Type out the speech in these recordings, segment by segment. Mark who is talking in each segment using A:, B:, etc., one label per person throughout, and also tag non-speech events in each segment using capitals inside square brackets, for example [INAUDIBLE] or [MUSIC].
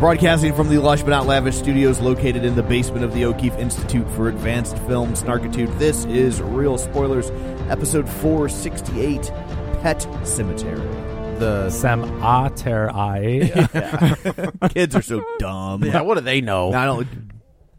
A: Broadcasting from the lush but not lavish studios located in the basement of the O'Keefe Institute for Advanced Film Snarkitude, this is Real Spoilers, episode 468 Pet Cemetery.
B: [LAUGHS] The
A: [LAUGHS]
B: Cemetery.
A: Kids are so dumb.
B: Yeah, what do they know?
A: I don't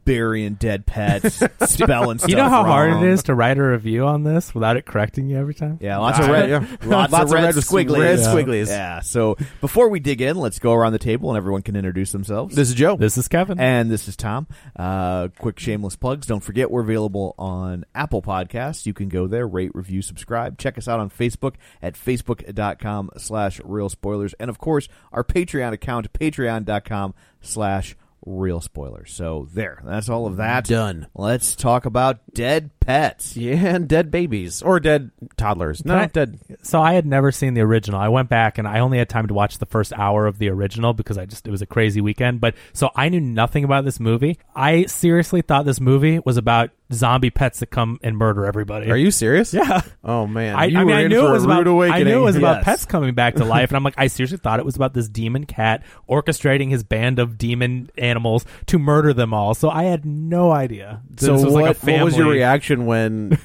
A: burying dead
B: [LAUGHS]
A: pets, spelling stuff.
B: You know how hard
A: wrong.
B: it is to write a review on this without it correcting you every time?
A: Yeah, lots of [LAUGHS] red, lots, of red, squiggly,
C: red
A: yeah.
C: squigglies.
A: Yeah. So before we dig in, let's go around the table and everyone can introduce themselves.
C: This is Joe.
B: This is Kevin.
A: and this is Tom. Uh, quick shameless plugs. Don't forget we're available on Apple Podcasts. You can go there, rate, review, subscribe. Check us out on Facebook at facebook.com slash real spoilers. And of course, our Patreon account, patreon.com slash real spoilers. So there. That's all of that.
C: Done.
A: Let's talk about dead pets.
C: yeah, and dead babies or dead toddlers. No,
B: Can I-
C: dead.
B: so I had never seen the original. I went back and I only had time to watch the first hour of the original because I just it was a crazy weekend. But so I knew nothing about this movie. I seriously thought this movie was about zombie pets that come and murder everybody.
C: Are you serious?
B: Yeah.
C: Oh man.
B: I,
C: you
B: I
C: were
B: mean, I
C: in
B: knew
C: for
B: it
C: a
B: was
C: rude
B: about. I
C: awakening.
B: knew it was about
C: Yes.
B: pets coming back to life, and I'm like, I seriously thought it was about this demon cat orchestrating his band of demon animals to murder them all. So I had no idea. that
C: So
B: this was
C: what,
B: like a
C: what was your
B: family-
C: reaction
B: [LAUGHS]
C: when?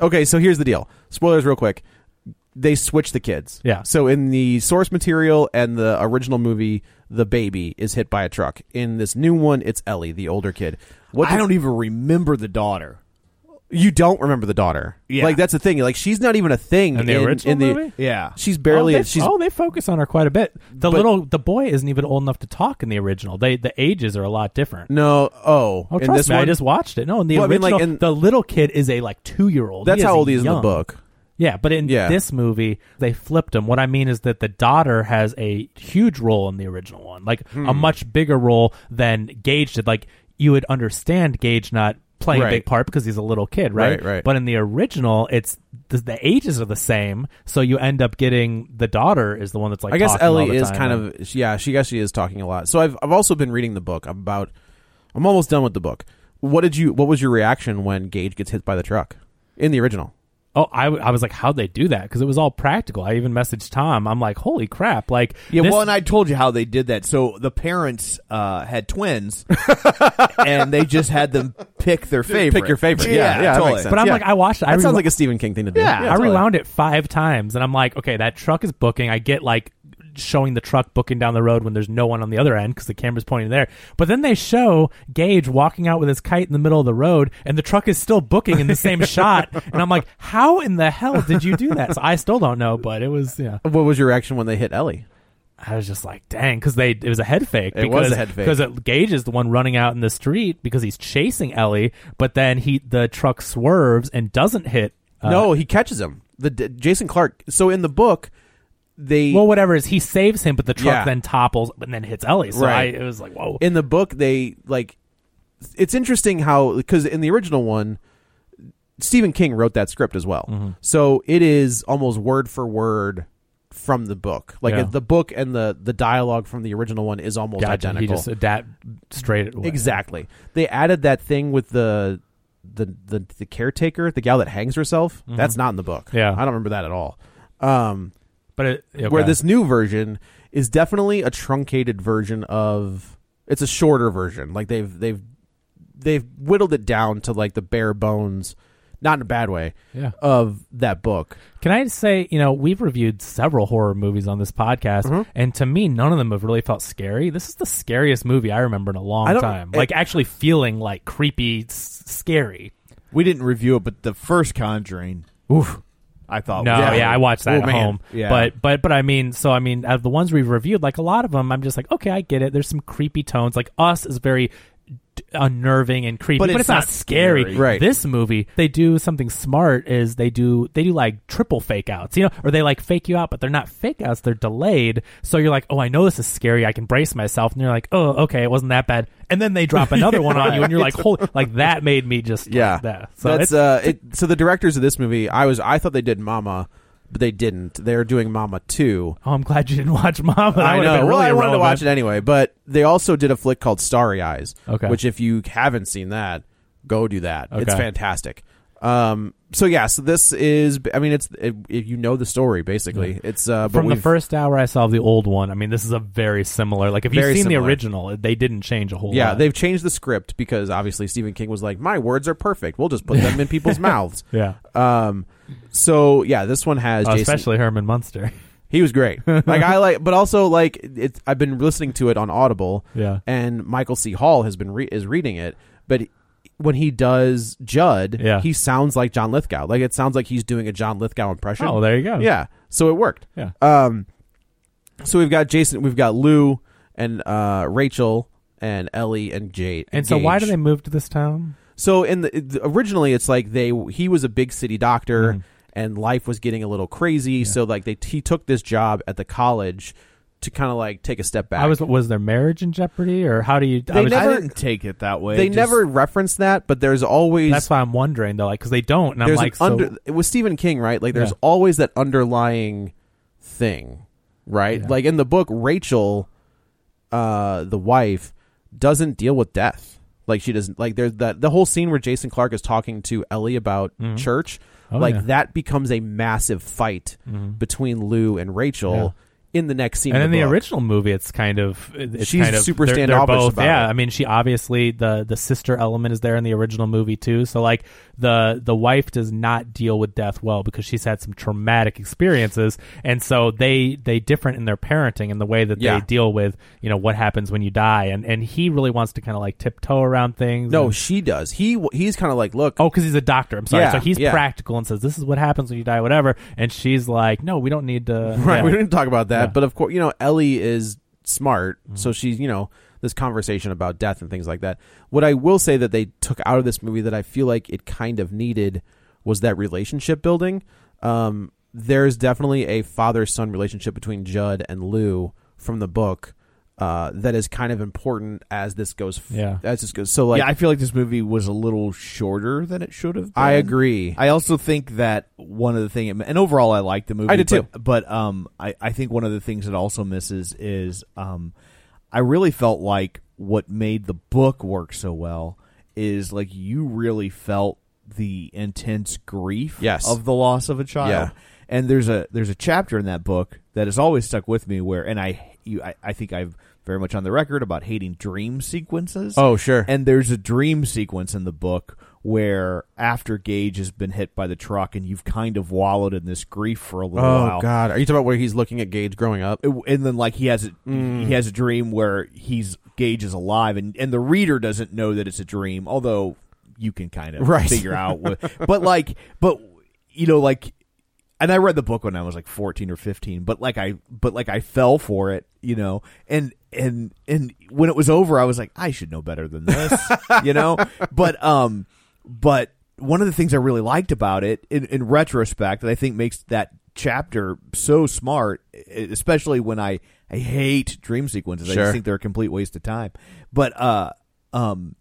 C: okay, so here's the deal. Spoilers, real quick. They switch the kids.
B: Yeah.
C: So in the source material and the original movie, the baby is hit by a truck. In this new one, it's Ellie, the older kid. What
A: I
C: did-
A: don't even remember the daughter.
C: you don't remember the daughter.
A: Yeah.
C: Like that's the thing. Like she's not even a thing
B: In the
C: in,
B: original
C: in the,
B: movie?
A: Yeah.
C: She's barely.
B: Oh, they,
C: she's
B: oh, they focus on her quite a bit. The
C: But-
B: little the boy isn't even old enough to talk in the original. They the ages are a lot different.
C: no. Oh,
B: Oh,
C: in
B: trust
C: this
B: me, I
C: one,
B: just watched it. No, in the
C: Well, I mean,
B: original,
C: like, in-
B: the little kid is a like two year old.
C: that's how old he is in
B: young.
C: the book.
B: Yeah, but in
C: Yeah.
B: this movie, they flipped him. What I mean is that the daughter has a huge role in the original one, like
C: Hmm.
B: a much bigger role than Gage did. Like you would understand Gage not playing
C: Right.
B: a big part because he's a little kid, right?
C: Right, right.
B: But in the original, it's the, the ages are the same, so you end up getting the daughter is the one that's like.
C: I guess
B: talking all
C: Ellie
B: the
C: is
B: time.
C: kind of yeah. She actually is talking a lot. So I've I've also been reading the book. I'm about I'm almost done with the book. What did you? What was your reaction when Gage gets hit by the truck in the original?
B: Oh, I, w- I was like, how'd they do that? Because it was all practical. I even messaged Tom. I'm like, holy crap! Like,
A: Yeah,
B: this-
A: well, and I told you how they did that. So the parents uh, had twins, [LAUGHS] and they just had them pick their favorite.
C: Pick your favorite. Yeah,
A: yeah,
C: yeah, that
A: totally.
C: makes sense.
B: But I'm
C: Yeah.
B: like, I watched it. I
C: That sounds
B: rela-
C: like a Stephen King thing to do.
A: Yeah.
B: I
A: totally.
B: rewound it five times, and I'm like, okay, that truck is booking. I get like showing the truck booking down the road when there's no one on the other end because the camera's pointing there. But then they show Gage walking out with his kite in the middle of the road, and the truck is still booking [LAUGHS] in the same shot. And I'm like, how in the hell did you do that? So I still don't know, but it was yeah.
C: What was your reaction when they hit Ellie?
B: I was just like, dang, because they it was a head fake.
C: It
B: because,
C: was a head fake.
B: because it- Gage is the one running out in the street because he's chasing Ellie, but then he the truck swerves and doesn't hit. uh,
C: no, he catches him. The d- Jason Clark. So in the book, they
B: Well, whatever it is he saves him, but the truck
C: Yeah.
B: then topples and then hits Ellie. So
C: Right.
B: I, it was like, whoa.
C: in the book they like it's interesting how because in the original one stephen king wrote that script as well
B: Mm-hmm.
C: so it is almost word for word from the book like
B: Yeah.
C: the book and the the dialogue from the original one is almost
B: Gotcha. He
C: identical
B: just adapt straight away.
C: exactly they added that thing with the the the, the caretaker the gal that hangs herself that's not in the book
B: Mm-hmm. Yeah.
C: i don't remember that at all um
B: But it, okay.
C: where this new version is definitely a truncated version of it's a shorter version like they've they've they've whittled it down to like the bare bones not in a bad way,
B: Yeah.
C: of that book.
B: Can I just say, you know, we've reviewed several horror movies on this podcast,
C: Mm-hmm.
B: and to me, none of them have really felt scary. This is the scariest movie I remember in a long
C: I don't-
B: time.
C: it-
B: like actually feeling like creepy, s- scary.
A: We didn't review it, but the first Conjuring,
B: Oof.
A: I thought.
B: No,
A: was
B: yeah,
A: great.
B: I watched that
C: Oh,
B: at
C: man.
B: home.
A: Yeah.
B: But but but I mean, so I mean, out of the ones we've reviewed, like a lot of them, I'm just like, okay, I get it. There's some creepy tones. Like Us is very d- unnerving and creepy, but it's, not, scary.
A: scary.
C: Right.
B: This movie, they do something smart. Is they do they do like triple fake outs, you know, or they like fake you out, but they're not fake outs. They're delayed. So you're like, oh, I know this is scary. I can brace myself. And you're like, oh, okay, it wasn't that bad. And then they drop another one on you, and
C: [LAUGHS]
B: you're like, holy, like that made me just like
C: Yeah,
B: that. So
C: that's
B: it's,
C: uh, it, so the directors of this movie, I was I thought they did Mama, but they didn't. They're doing Mama two.
B: Oh, I'm glad you didn't watch Mom.
C: I know. well, I wanted to watch it anyway, but they also did a flick called Starry Eyes.
B: Okay.
C: Which, if you haven't seen that, go do that. It's
B: Okay.
C: fantastic. Um. So yeah. So this is. I mean, it's it, if you know the story basically. It's uh. but
B: From the
C: we've-
B: first hour I saw of the old one, I mean, this is a very similar. Like, if you've
C: Very
B: seen the
C: similar.
B: original, they didn't change a whole
C: Yeah,
B: lot.
C: they've changed the script because obviously Stephen King was like, "My words are perfect. We'll just put them in
B: [LAUGHS]
C: people's mouths."
B: yeah,
C: Um. So yeah, this one has
B: Uh,
C: Jason.
B: especially Herman Munster.
C: He was
B: [LAUGHS]
C: great. like I like, but also like it's. I've been listening to it on Audible.
B: Yeah.
C: And Michael C. Hall has been re- is reading it, but when he does Judd,
B: Yeah.
C: he sounds like John Lithgow. Like it sounds like he's doing a John Lithgow impression.
B: Oh, there you go.
C: Yeah. So it worked.
B: Yeah.
C: Um. So we've got Jason, we've got Lou, and uh, Rachel, and Ellie, and Jade.
B: And so, why do
C: Gage.
B: they move to this town?
C: So in the, it- originally, it's like they he was a big city
A: Mm-hmm.
C: doctor, and life was getting a little crazy. So like they he took this job at the college to kind of like take a step back.
B: I was was their marriage in jeopardy, or how do you? I
C: They
B: was,
C: never-
A: I didn't take it that way.
C: they
A: Just-
C: never reference that, but there's always
B: that's why I'm wondering though, like because they don't, and I'm
C: there's
B: like,
C: an
B: so,
C: under it was Stephen King, right? Like there's
B: Yeah.
C: always that underlying thing, right? Like in the book, Rachel, uh, the wife, doesn't deal with death. Like she doesn't like there's that the whole scene where Jason Clark is talking to Ellie about church, like
B: Mm-hmm. Oh, yeah. Mm-hmm.
C: that becomes a massive fight between Lou and Rachel in the next scene.
B: and
C: of
B: in the
C: book.
B: original movie, it's kind of it's
C: She's
B: kind of,
C: super
B: they're, they're
C: standoffish
B: both,
C: about
B: yeah.
C: it.
B: I mean, she obviously the the sister element is there in the original movie too. So like the the wife does not deal with death well because she's had some traumatic experiences, and so they they different in their parenting and the way that
C: Yeah.
B: they deal with you know what happens when you die, and and he really wants to kind of like tiptoe around things.
C: no,
B: and-
C: she does. He he's kind of like, look,
B: Oh, because he's a doctor. I'm sorry.
C: Yeah,
B: so he's
C: yeah.
B: practical and says, "This is what happens when you die, whatever." And she's like, "No, we don't need to."
C: [LAUGHS] Right.
B: Yeah.
C: We didn't talk about that.
B: Yeah.
C: But of course, you know, Ellie is smart.
A: Mm-hmm.
C: So she's, you know, this conversation about death and things like that. What I will say that they took out of this movie that I feel like it kind of needed was that relationship building. Um, there's definitely a father son relationship between Judd and Lou from the book. Uh, that is kind of important as this goes. f-
B: Yeah.
C: as this goes. So like,
A: yeah, I feel like this movie was a little shorter than it should have. been.
C: I agree.
A: I also think that one of the thing, and overall, I like the movie.
C: I did too.
A: but, But um, I, I think one of the things it also misses is um, I really felt like what made the book work so well is like you really felt the intense grief
C: Yes.
A: of the loss of a child.
C: Yeah.
A: And there's a there's a chapter in that book that has always stuck with me where, and I you I, I think I've very much on the record about hating dream sequences.
C: Oh, sure.
A: And there's a dream sequence in the book where after Gage has been hit by the truck and you've kind of wallowed in this grief for a little
C: oh
A: while.
C: God, are you talking about where he's looking at Gage growing up?
A: It- And then like he has a, he has a dream where he's Gage is alive and, and the reader doesn't know that it's a dream, although you can kind of
C: Right.
A: figure out what, but like but you know like and I read the book when I was like 14 or 15, but like I but like I fell for it, you know. And and and when it was over, I was like I should know better than this, you know? But um but one of the things I really liked about it in, in retrospect that I think makes that chapter so smart, e- especially when I I hate dream sequences. I
C: Sure.
A: just think they're a complete waste of time. But uh um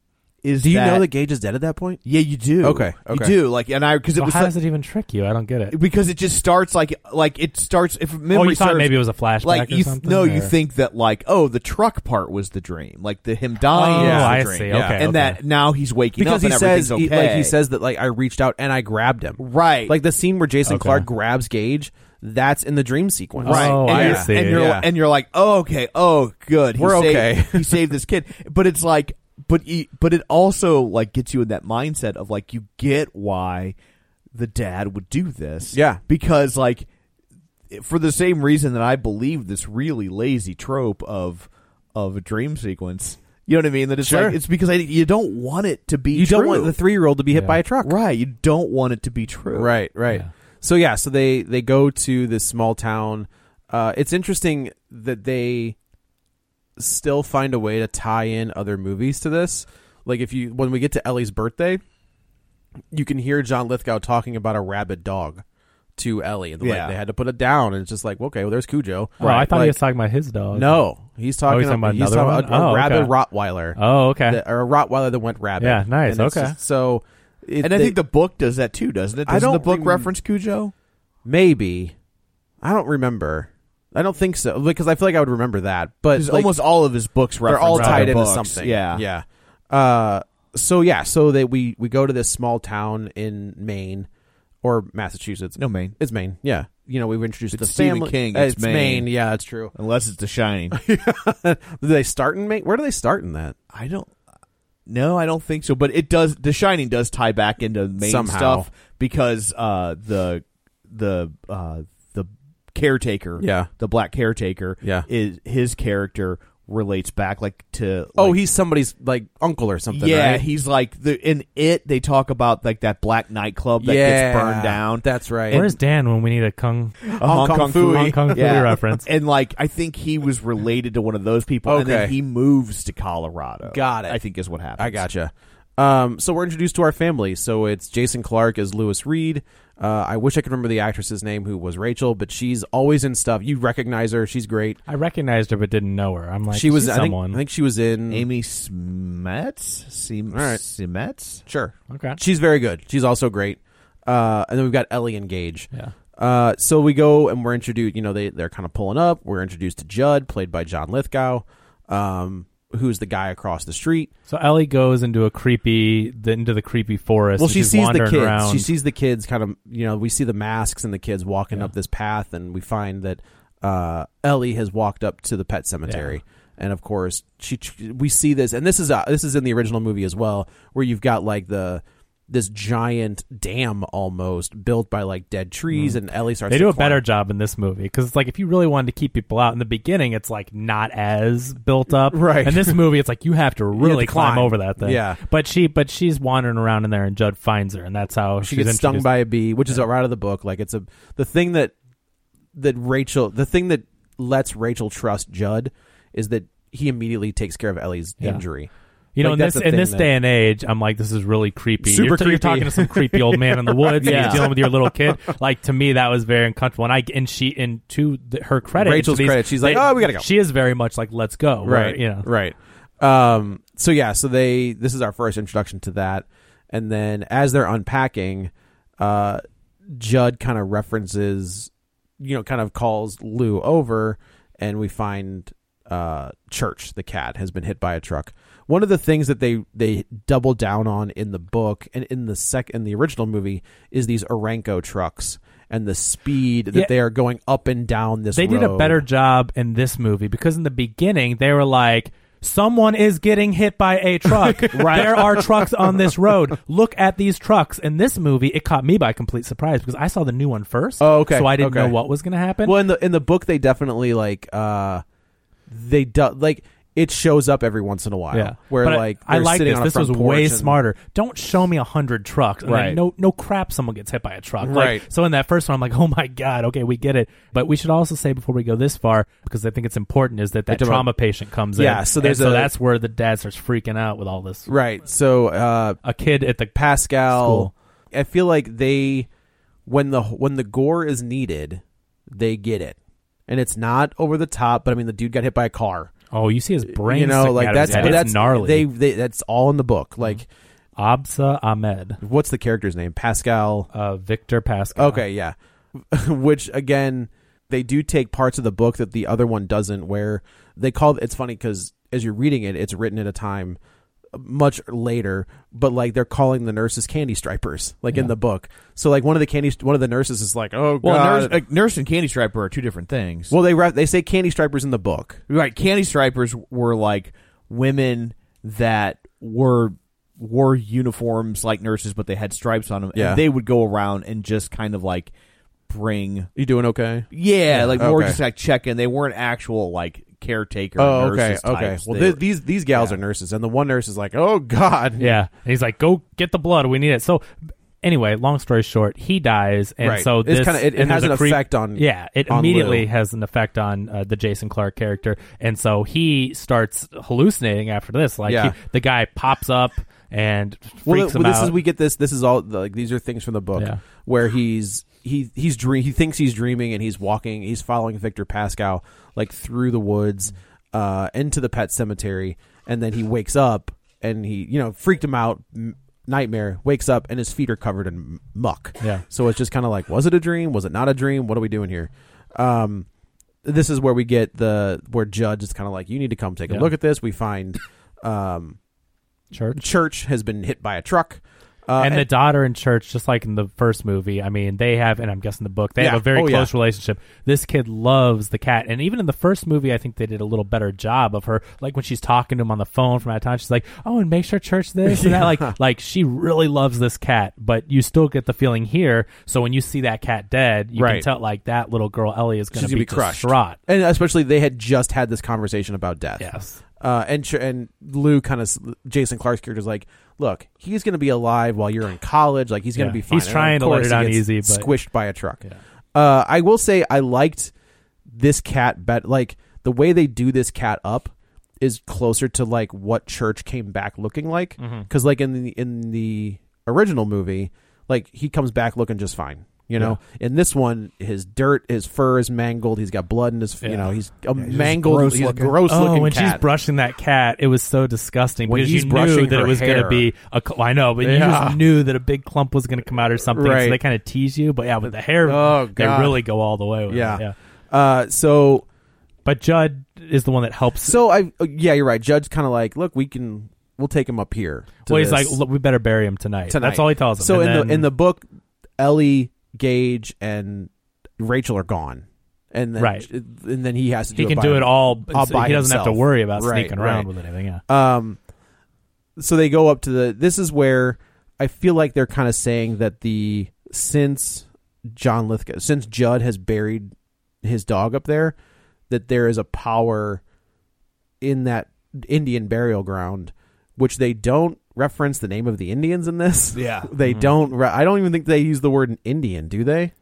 A: is
C: Do you
A: that,
C: know that Gage is dead at that point?
A: yeah, you do.
C: Okay, okay.
A: You do. Like, and I, because it
B: So
A: was
B: how
A: like-
B: does it even trick you? I don't get it.
A: because it just starts like like it starts if memory
B: oh, you thought
A: serves,
B: maybe it was a flashback
A: like
B: or
A: you
B: something?
A: no
B: or?
A: you think that like oh the truck part was the dream like the him dying
B: Oh,
A: was the
B: I
A: dream.
B: see.
C: Yeah.
B: Okay,
A: and
B: okay.
A: that now he's waking
C: because
A: up
C: he
A: and
C: says
A: everything's
C: he-
A: okay
C: like he says that like I reached out and I grabbed him.
A: Right.
C: Like the scene where Jason
B: Okay.
C: Clark grabs Gage, that's in the dream sequence.
A: right
B: Oh,
A: and
B: I
A: you're,
B: see.
A: and you're
C: Yeah.
A: and you're like oh okay oh good he
C: We're [LAUGHS]
A: saved,
C: okay.
A: he saved this kid but it's like but he, but it also like gets you in that mindset of like you get why the dad would do this.
C: Yeah.
A: because like for the same reason that I believe this really lazy trope of of a dream sequence. You know what I mean? That it's
C: Sure.
A: like it's because I, you don't want it to be
C: you
A: true.
C: don't want the three year old to be hit
B: Yeah.
C: by a truck.
A: right. You don't want it to be true.
C: Right, right.
B: Yeah.
C: So yeah, so they they go to this small town. Uh, it's interesting that they still find a way to tie in other movies to this. Like if you when we get to Ellie's birthday, you can hear John Lithgow talking about a rabid dog to Ellie, and like,
A: Yeah.
C: they had to put it down. And it's just like, okay, well, there's Cujo.
B: Oh, I thought
C: Like,
B: he was talking about his dog.
C: No, he's talking,
B: talking about
C: he's
B: another
C: talking
B: one?
C: about a
B: Oh,
C: rabid
B: okay.
C: Rottweiler,
B: Oh, okay.
C: that- or a Rottweiler that went rabid.
B: Yeah, nice,
C: And it's
B: okay.
C: just- so, it-
A: And I
C: they-
A: think the book does that too, doesn't it?
C: I
A: Doesn't the
C: don't
A: book
C: rem-
A: reference Cujo?
C: Maybe. I don't remember. I don't think so because I feel like I would remember that. But
A: Because
C: like,
A: almost all of his books
C: they're
A: reference
C: all
A: other
C: tied into
A: books.
C: something.
A: Yeah,
C: yeah. Uh, so yeah, so that we we go to this small town in Maine or Massachusetts.
A: No Maine,
C: it's Maine. Yeah, you know we've introduced
A: It's
C: the
A: Stephen
C: family.
A: King,
C: Uh,
A: it's
C: It's,
A: Maine.
C: Maine. Yeah, that's true.
A: unless it's
C: [LAUGHS]
A: The Shining.
C: do they start in Maine? Where do they start in that?
A: I don't. No, I don't think so. But it does. The Shining does tie back into main
C: Somehow.
A: stuff because uh, the the uh, the caretaker,
C: Yeah.
A: the black caretaker,
C: Yeah.
A: is his character relates back like to.
C: oh,
A: like-
C: he's somebody's like uncle or something.
A: yeah,
C: right?
A: he's like the in it. They talk about like that black nightclub that
C: yeah,
A: gets burned down.
C: That's right.
B: Where's Dan when we need a kung?
A: A
C: Hong Kong Fooey.
B: Hong Kong Fooey reference.
A: And like, I think he was related to one of those people, and then
C: Okay.
A: he moves to Colorado.
C: Got it.
A: I think is what happened.
C: I gotcha. Um, so we're introduced to our family. So it's Jason Clark as Lewis Reed. Uh, I wish I could remember the actress's name who was Rachel, but she's always in stuff. You recognize her. She's great.
B: I recognized her but didn't know her. I'm like,
C: she was
B: she's
C: I think,
B: someone.
C: I think she was in
A: Amy Smets. Sim-
C: All right.
A: Simets?
C: Sure.
B: okay.
C: She's very good. She's also great. Uh, and then we've got Ellie and Gage.
B: Yeah.
C: Uh, so we go and we're introduced. You know, they they're kind of pulling up. We're introduced to Judd, played by John Lithgow, um, who's the guy across the street.
B: So Ellie goes into a creepy, the, into the creepy forest.
C: Well,
B: and
C: she
B: she's
C: sees the
B: wandering
C: kids.
B: Around.
C: She sees the kids kind of, you know, we see the masks and the kids walking up this path, and we find that uh, Ellie has walked up to the pet cemetery. And of course, she we see this, and this is uh, this is in the original movie as well, where you've got like the this giant dam almost built by like dead trees, and Ellie starts.
B: Mm-hmm. they
C: to
B: do a
C: climb.
B: better job in this movie because it's like if you really wanted to keep people out in the beginning, it's like not as built up.
C: Right. [LAUGHS]
B: In this movie, it's like you have to
C: have
B: really
C: to
B: climb.
C: climb.
B: over that thing.
C: Yeah.
B: But she, but she's wandering around in there, and Judd finds her, and that's how
C: she
B: she's
C: gets stung
B: introduced.
C: by a bee, which is right out of the book. Like it's a the thing that that Rachel, the thing that lets Rachel trust Judd is that he immediately takes care of Ellie's
B: Yeah.
C: injury.
B: You know,
C: Like,
B: in
C: that's
B: this
C: the
B: in
C: thing
B: this
C: that-
B: day and age, I'm like, this is really creepy.
C: Super
B: you're, you're
C: creepy.
B: talking to some creepy old man in the woods, and
C: [LAUGHS] Yeah.
B: he's dealing with your little kid. Like to me, that was very uncomfortable. And I and she and to the, her credit, and to
C: Rachel's
B: these-
C: credit, she's like,
B: they-
C: "Oh, we gotta go."
B: She is very much like, let's go, where,
C: right
B: you know,
C: right um so yeah so they this is our first introduction to that and then as they're unpacking uh judd kind of references you know kind of calls lou over and we find uh church the cat has been hit by a truck one of the things that they they double down on in the book and in the sec in the original movie is these Aranco trucks and the speed that
B: Yeah.
C: they are going up and down this
B: they did a
C: road.
B: better job in this movie because in the beginning they were like someone is getting hit by a
C: [LAUGHS]
B: truck there are trucks on this road look at these trucks in this movie it caught me by complete surprise because i saw the new one first
C: Oh, okay,
B: so i didn't
C: okay.
B: know what was going to happen
C: Well, in the in the book, they definitely like uh, they do, like it shows up every once in a while.
B: yeah
C: where
B: But I-
C: like
B: i,
C: they're
B: like
C: sitting
B: this
C: on a
B: this
C: front
B: was way
C: porch and-
B: smarter don't show me a hundred trucks and then
C: Right.
B: no no crap someone gets hit by a truck Like,
C: Right.
B: so in that first one i'm like [LAUGHS] oh my god okay we get it but we should also say before we go this far because i think it's important is that that
C: talk about-
B: trauma patient comes in
C: Yeah, so there's a-
B: And so that's where the dad starts freaking out with all this
C: Right. So uh,
B: a kid at the
C: Pascal,
B: School.
C: I feel like they when the when the gore is needed, they get it, and it's not over the top. But I mean, the dude got hit by a car.
B: oh you see his brain
C: you know,
B: sticking
C: like
B: out of his
C: that's
B: head.
C: but
B: It's
C: that's
B: gnarly
C: They, they that's all in the book. Like,
B: Absa Ahmed
C: what's the character's name? Pascal.
B: uh, Victor Pascal
C: Okay, yeah. [LAUGHS] Which again, they do take parts of the book that the other one doesn't. Where they call it's funny because as you're reading it, it's written at a time much later, but like they're calling the nurses candy stripers, like in the book. So like one of the candy, one of the nurses is like, oh
A: Well,
C: god.
A: nurse, like, nurse and Candy Striper are two different things.
C: well, they re- they say candy stripers in the book.
A: right, Candy Stripers were like women that were wore uniforms like nurses, but they had stripes on them.
C: Yeah.
A: And they would go around and just kind of like bring
C: You doing okay?
A: yeah, like more
C: okay.
A: just like check in. They weren't actual like caretaker.
C: Oh, okay,
A: nurses
C: okay.
A: types.
C: Well,
A: They
C: th- these these gals are nurses, and the one nurse is like, "Oh God,
B: Yeah. And he's like, go get the blood. We need it. So, anyway, long story short, he dies. And
C: Right.
B: so
C: It's
B: this
C: kinda- it- it
B: and
C: has
B: there's
C: an
B: a creep-
C: effect on-
B: Yeah. It
C: on
B: immediately
C: Lou.
B: has an effect on uh, the Jason Clark character. And so he starts hallucinating after this. Like,
C: Yeah.
B: he, the guy pops up and freaks
C: Well,
B: him
C: well, this
B: out.
C: is we get this. This is all like these are things from the book
B: Yeah.
C: where he's he he's dream he thinks he's dreaming and he's walking. He's following Victor Pascal like through the woods uh, into the pet cemetery, and then he wakes up and he you know freaked him out. M- Nightmare wakes up and his feet are covered in muck.
B: Yeah.
C: So it's just kind of like, was it a dream? Was it not a dream? What are we doing here? Um, this is where we get the where Judge is kind of like, you need to come take a
B: Yeah.
C: look at this. We find um,
B: Church.
C: church has been hit by a truck. Uh,
B: and the daughter and church, just like in the first movie, I mean, they have, and I'm guessing the book, they
C: Yeah.
B: have a very
C: Oh, yeah.
B: close relationship. This kid loves the cat, and even in the first movie, I think they did a little better job of her. Like when she's talking to him on the phone from out of town, she's like, "Oh, and make sure church this and that."
C: [LAUGHS]
B: Like, like she really loves this cat, but you still get the feeling here. So when you see that cat dead, you
C: Right.
B: can tell like that little girl Ellie is going
C: She's
B: to
C: gonna
B: be,
C: be crushed.
B: distraught.
C: and especially they had just had this conversation about death.
B: Yes.
C: Uh, and ch- and Lou kind of Jason Clark's character is like, look, he's going to be alive while you're in college. Like he's going
B: Yeah.
C: to be fine.
B: He's
C: And
B: trying
C: of
B: to let
C: course
B: it down
C: he gets
B: easy, but-
C: squished by a truck. Uh, I will say I liked this cat bet. Like the way they do this cat up is closer to like what Church came back looking like.
B: Mm-hmm.
C: Because like in the in the original movie, like he comes back looking just fine. You know, in this one, his dirt, his fur is mangled. He's got blood in his, you
B: Yeah.
C: know, he's a mangled, gross he's looking. gross
B: Oh,
C: looking
B: when
C: cat.
B: she's brushing that cat, it was so disgusting
C: When
B: because
C: he's
B: you knew
C: brushing
B: that
C: her
B: it was going
C: hair.
B: to be a. Cl- I know, but you
C: Yeah.
B: just knew that a big clump was going to come out or something.
C: Right.
B: So they kind of tease you, but yeah, with the hair,
C: Oh,
B: they
C: God.
B: really go all the way. With
C: Yeah.
B: it, yeah.
C: Uh, so
B: But Judd is the one that helps.
C: so I uh, yeah, you're right. Judge kind of like, look, we can we'll take him up here. to
B: well, he's
C: this
B: like, Look, we better bury him tonight.
C: tonight.
B: That's all he tells him.
C: So
B: And
C: in the
B: then-
C: in the book, Ellie, Gage, and Rachel are gone, and then,
B: Right.
C: and then he has to. Do
B: he can
C: by
B: do it
C: him-
B: all.
C: all
B: so
C: by
B: he doesn't have to
C: himself.
B: worry about
C: Right,
B: sneaking around
C: right.
B: with anything. Yeah.
C: Um, so they go up to the. This is where I feel like they're kind of saying that the since John Lithgow, since Judd has buried his dog up there, that there is a power in that Indian burial ground, which they don't reference the name of the Indians in this. [LAUGHS]
A: Yeah.
B: Mm-hmm.
C: they don't. Re- I don't even think they use the word Indian, do they?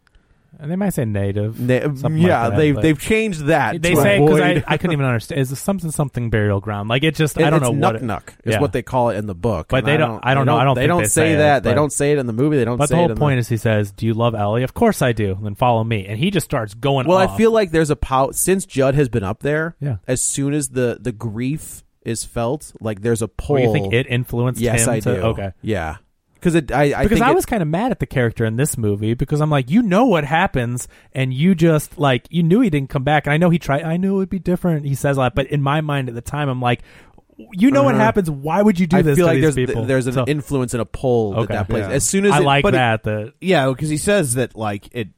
B: And they might say native.
C: they
B: something like
C: yeah,
B: that,
C: they've
B: but-
C: they've changed that.
B: They
C: to
B: say because I,
C: avoid-
B: I couldn't even understand. Is something something burial ground? Like it just I don't
C: it's
B: know what
C: Nuk
B: it-
C: Nuk is
B: Yeah.
C: what they call it in the book.
B: But
C: and
B: they don't- I don't know. I don't
C: They
B: think
C: don't
B: they
C: say
B: say
C: that.
B: it,
C: they
B: but-
C: don't say it in the movie. They don't.
B: But
C: say
B: the
C: it
B: whole
C: in
B: point is, he says, "Do you love Ellie?" Of course I do. And then follow me, and he just starts going.
C: Well, I
B: off.
C: feel like there's a power since Judd has been up there.
B: Yeah.
C: As soon as the the grief is felt, like there's a pull.
B: Oh, you think it influenced
C: Yes,
B: him?
C: I
B: to,
C: do.
B: Okay.
C: Yeah. Because it, I, I
B: because
C: think
B: I
C: it-
B: was kind of mad at the character in this movie because I'm like, you know what happens, and you just like you knew he didn't come back, and I know he tried. I knew it would be different. He says a lot, but in my mind at the time, I'm like, you know what
C: Uh-huh.
B: happens. Why would you do
C: I
B: this
C: feel
B: to
C: like
B: these
C: there's
B: people?
C: there's an
B: So-
C: influence and a pull
B: okay.
C: that that plays.
B: Yeah.
C: As soon as
B: I
C: it,
B: like
C: but it-
B: that, that
A: yeah, because he says that like it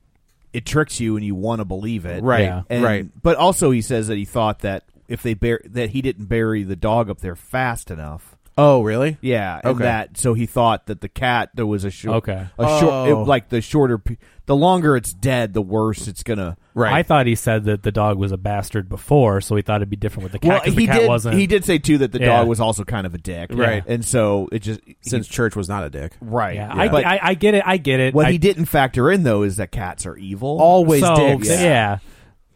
A: it tricks you and you want to believe it,
C: Right,
B: Yeah.
A: And-
C: right.
A: But also, he says that he thought that if they bur- that he didn't bury the dog up there fast enough.
C: oh, really?
A: Yeah, and
C: Okay.
A: that so he thought that the cat there was a short,
B: Okay.
A: a short,
C: Oh.
A: it- like the shorter, pe- the longer it's dead, the worse it's gonna.
C: Right.
B: I thought he said that the dog was a bastard before, so he thought it'd be different with the cat. 'cause the
A: he
B: cat
A: did.
B: wasn't.
A: He did say too that the
B: Yeah.
A: dog was also kind of a dick,
C: Right.
A: And so it just
C: Since Church was not a dick,
A: right,
B: Yeah,
A: But
B: I, I, I get it. I get it.
A: what
B: I
A: he didn't factor in though is that cats are evil.
C: always
B: so,
C: dicks.
B: Yeah.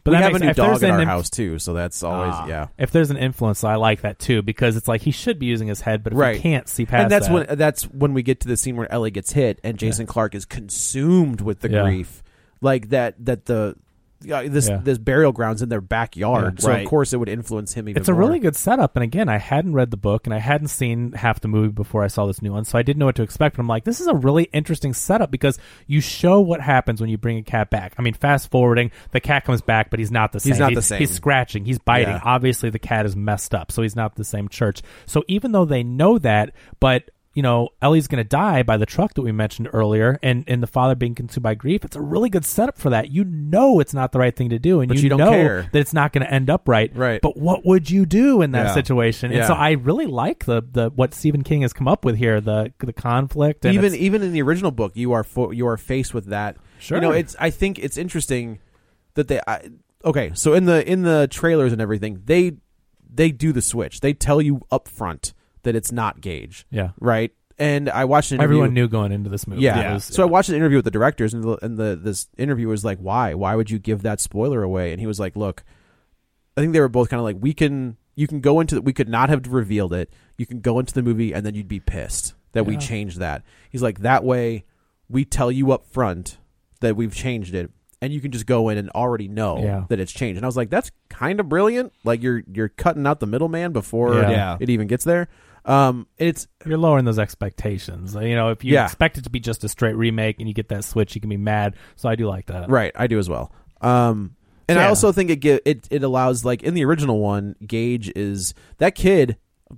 B: But
C: we
B: that
C: have
B: makes-
C: a new
B: if there's
C: dog in
B: an
C: our
B: inf- Ah.
C: house too, so that's always yeah.
B: If there's an influence, I like that too because it's like he should be using his head, but if
C: right.
B: he can't see past
C: And that's
B: that,
C: when that's when we get to the scene where Ellie gets hit and Jason Clark is consumed with the
B: Yeah.
C: grief, like that that the yeah, this
B: Yeah.
C: this burial grounds in their backyard.
B: Yeah.
C: So
A: Right.
C: of course it would influence him even.
B: it's a
C: more.
B: really good setup. And again, I hadn't read the book and I hadn't seen half the movie before I saw this new one, so I didn't know what to expect. But I'm like, this is a really interesting setup because you show what happens when you bring a cat back. I mean, fast forwarding, the cat comes back, but he's not the same.
C: not
B: He-
C: the same.
B: He's scratching, he's biting.
C: Yeah.
B: Obviously, the cat is messed up, so he's not the same church. So even though they know that, but you know, Ellie's going to die by the truck that we mentioned earlier, and and the father being consumed by grief. It's a really good setup for that. You know, it's not the right thing to do, and
C: But you don't
B: know
C: care.
B: that it's not going to end up right.
C: Right.
B: But what would you do in that
C: Yeah.
B: situation? And
C: Yeah.
B: so I really like the the what Stephen King has come up with here, the the conflict, and
C: even
B: it's-
C: even in the original book, you are fo- you are faced with that.
B: Sure.
C: you know it's. I think it's interesting that they. I, okay, so in the in the trailers and everything, they they do the switch. They tell you up front that it's not Gage.
B: Yeah.
C: right. And I watched an interview.
B: everyone knew going into this movie.
C: Yeah.
B: It was-
C: So I watched an interview with the directors, and the, and the this interviewer was like, "Why? Why would you give that spoiler away?" And he was like, "Look, I think they were both kind of like, we can, you can go into, the, we could not have revealed it. You can go into the movie, and then you'd be pissed that we
B: Yeah.
C: changed that." He's like, "That way, we tell you up front that we've changed it." And you can just go in and already know
B: Yeah.
C: that it's changed. And I was like, "That's kind of brilliant. Like you're you're cutting out the middleman before
B: Yeah. Yeah.
C: it even gets there." Um, it's
B: you're lowering those expectations. You know, if you
C: Yeah.
B: expect it to be just a straight remake and you get that switch, you can be mad. So I do like that.
C: Right, I do as well. Um, and I
B: Yeah.
C: also think it gi- it it allows like in the original one, Gage is that kid.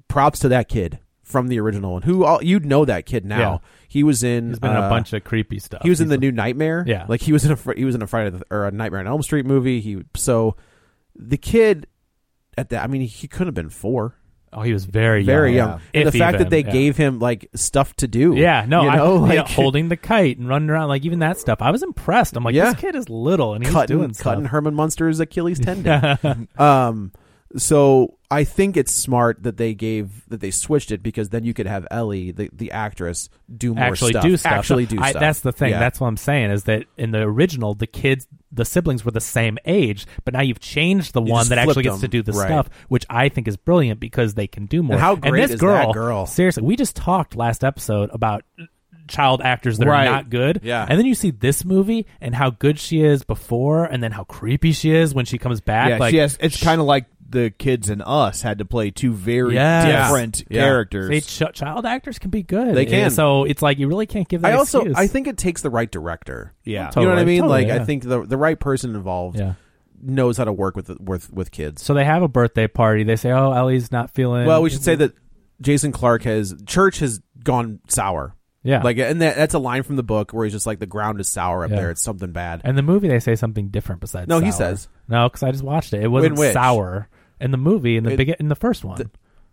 C: Props to that kid from the original one. Who all, you'd know that kid now.
B: Yeah.
C: He was in
B: He's been in a
C: uh,
B: bunch of creepy stuff.
C: He was in the
B: He's-
C: new Nightmare.
B: Yeah.
C: like he was in a fr- he was in a Friday the, or a Nightmare on Elm Street movie. He so the kid at that. I mean, he could have been four,
B: Oh, he was very
C: very
B: young.
C: young. And
B: If
C: the fact
B: even,
C: that they
B: yeah.
C: gave him like stuff to do.
B: Yeah, no,
C: you
B: I,
C: know,
B: [LAUGHS] yeah,
C: like
B: holding the kite and running around, like even that stuff. I was impressed. I'm like,
C: Yeah.
B: this kid is little and he's
C: cutting
B: doing
C: cutting
B: stuff.
C: Herman Munster's
B: [LAUGHS]
C: Achilles tendon. Um, so I think it's smart that they gave that they switched it because then you could have Ellie, the, the actress, do more
B: actually
C: stuff.
B: do stuff.
C: Actually
B: So
C: do
B: I-
C: stuff.
B: That's the thing.
C: Yeah.
B: That's what I'm saying is that in the original, the kids, the siblings were the same age, but now you've changed the
C: You
B: one
C: just
B: that actually
C: flipped
B: gets to
C: them.
B: do the
C: Right.
B: stuff, which I think is brilliant because they can do more.
C: how great
B: this
C: is
B: girl,
C: that girl?
B: Seriously, we just talked last episode about child actors that
C: Right.
B: are not good.
C: Yeah.
B: And then you see this movie and how good she is before and then how creepy she is when she comes back.
A: Yeah,
B: like
A: she has, it's kind of like the kids and us had to play two very
B: Yes.
A: different
C: Yeah.
A: characters.
B: They ch- child actors can be good.
C: They can.
B: And so it's like you really can't give that
C: I also
B: excuse.
C: I think it takes the right director.
A: Yeah.
C: you know what I
B: Totally,
C: mean.
B: totally,
C: like I
B: yeah.
C: think the the right person involved
B: Yeah.
C: knows how to work with with with kids.
B: So they have a birthday party. They say, "Oh, Ellie's not feeling."
C: well, we should say that Jason Clark has church has gone sour.
B: Yeah.
C: Like and that, that's a line from the book where he's just like the ground is sour up
B: Yeah.
C: there. It's something bad.
B: In the movie, they say something different besides.
C: No, he
B: sour.
C: says.
B: no, because I just watched it. It wasn't
C: In which?
B: sour in the movie in the
C: It-
B: big in the first one,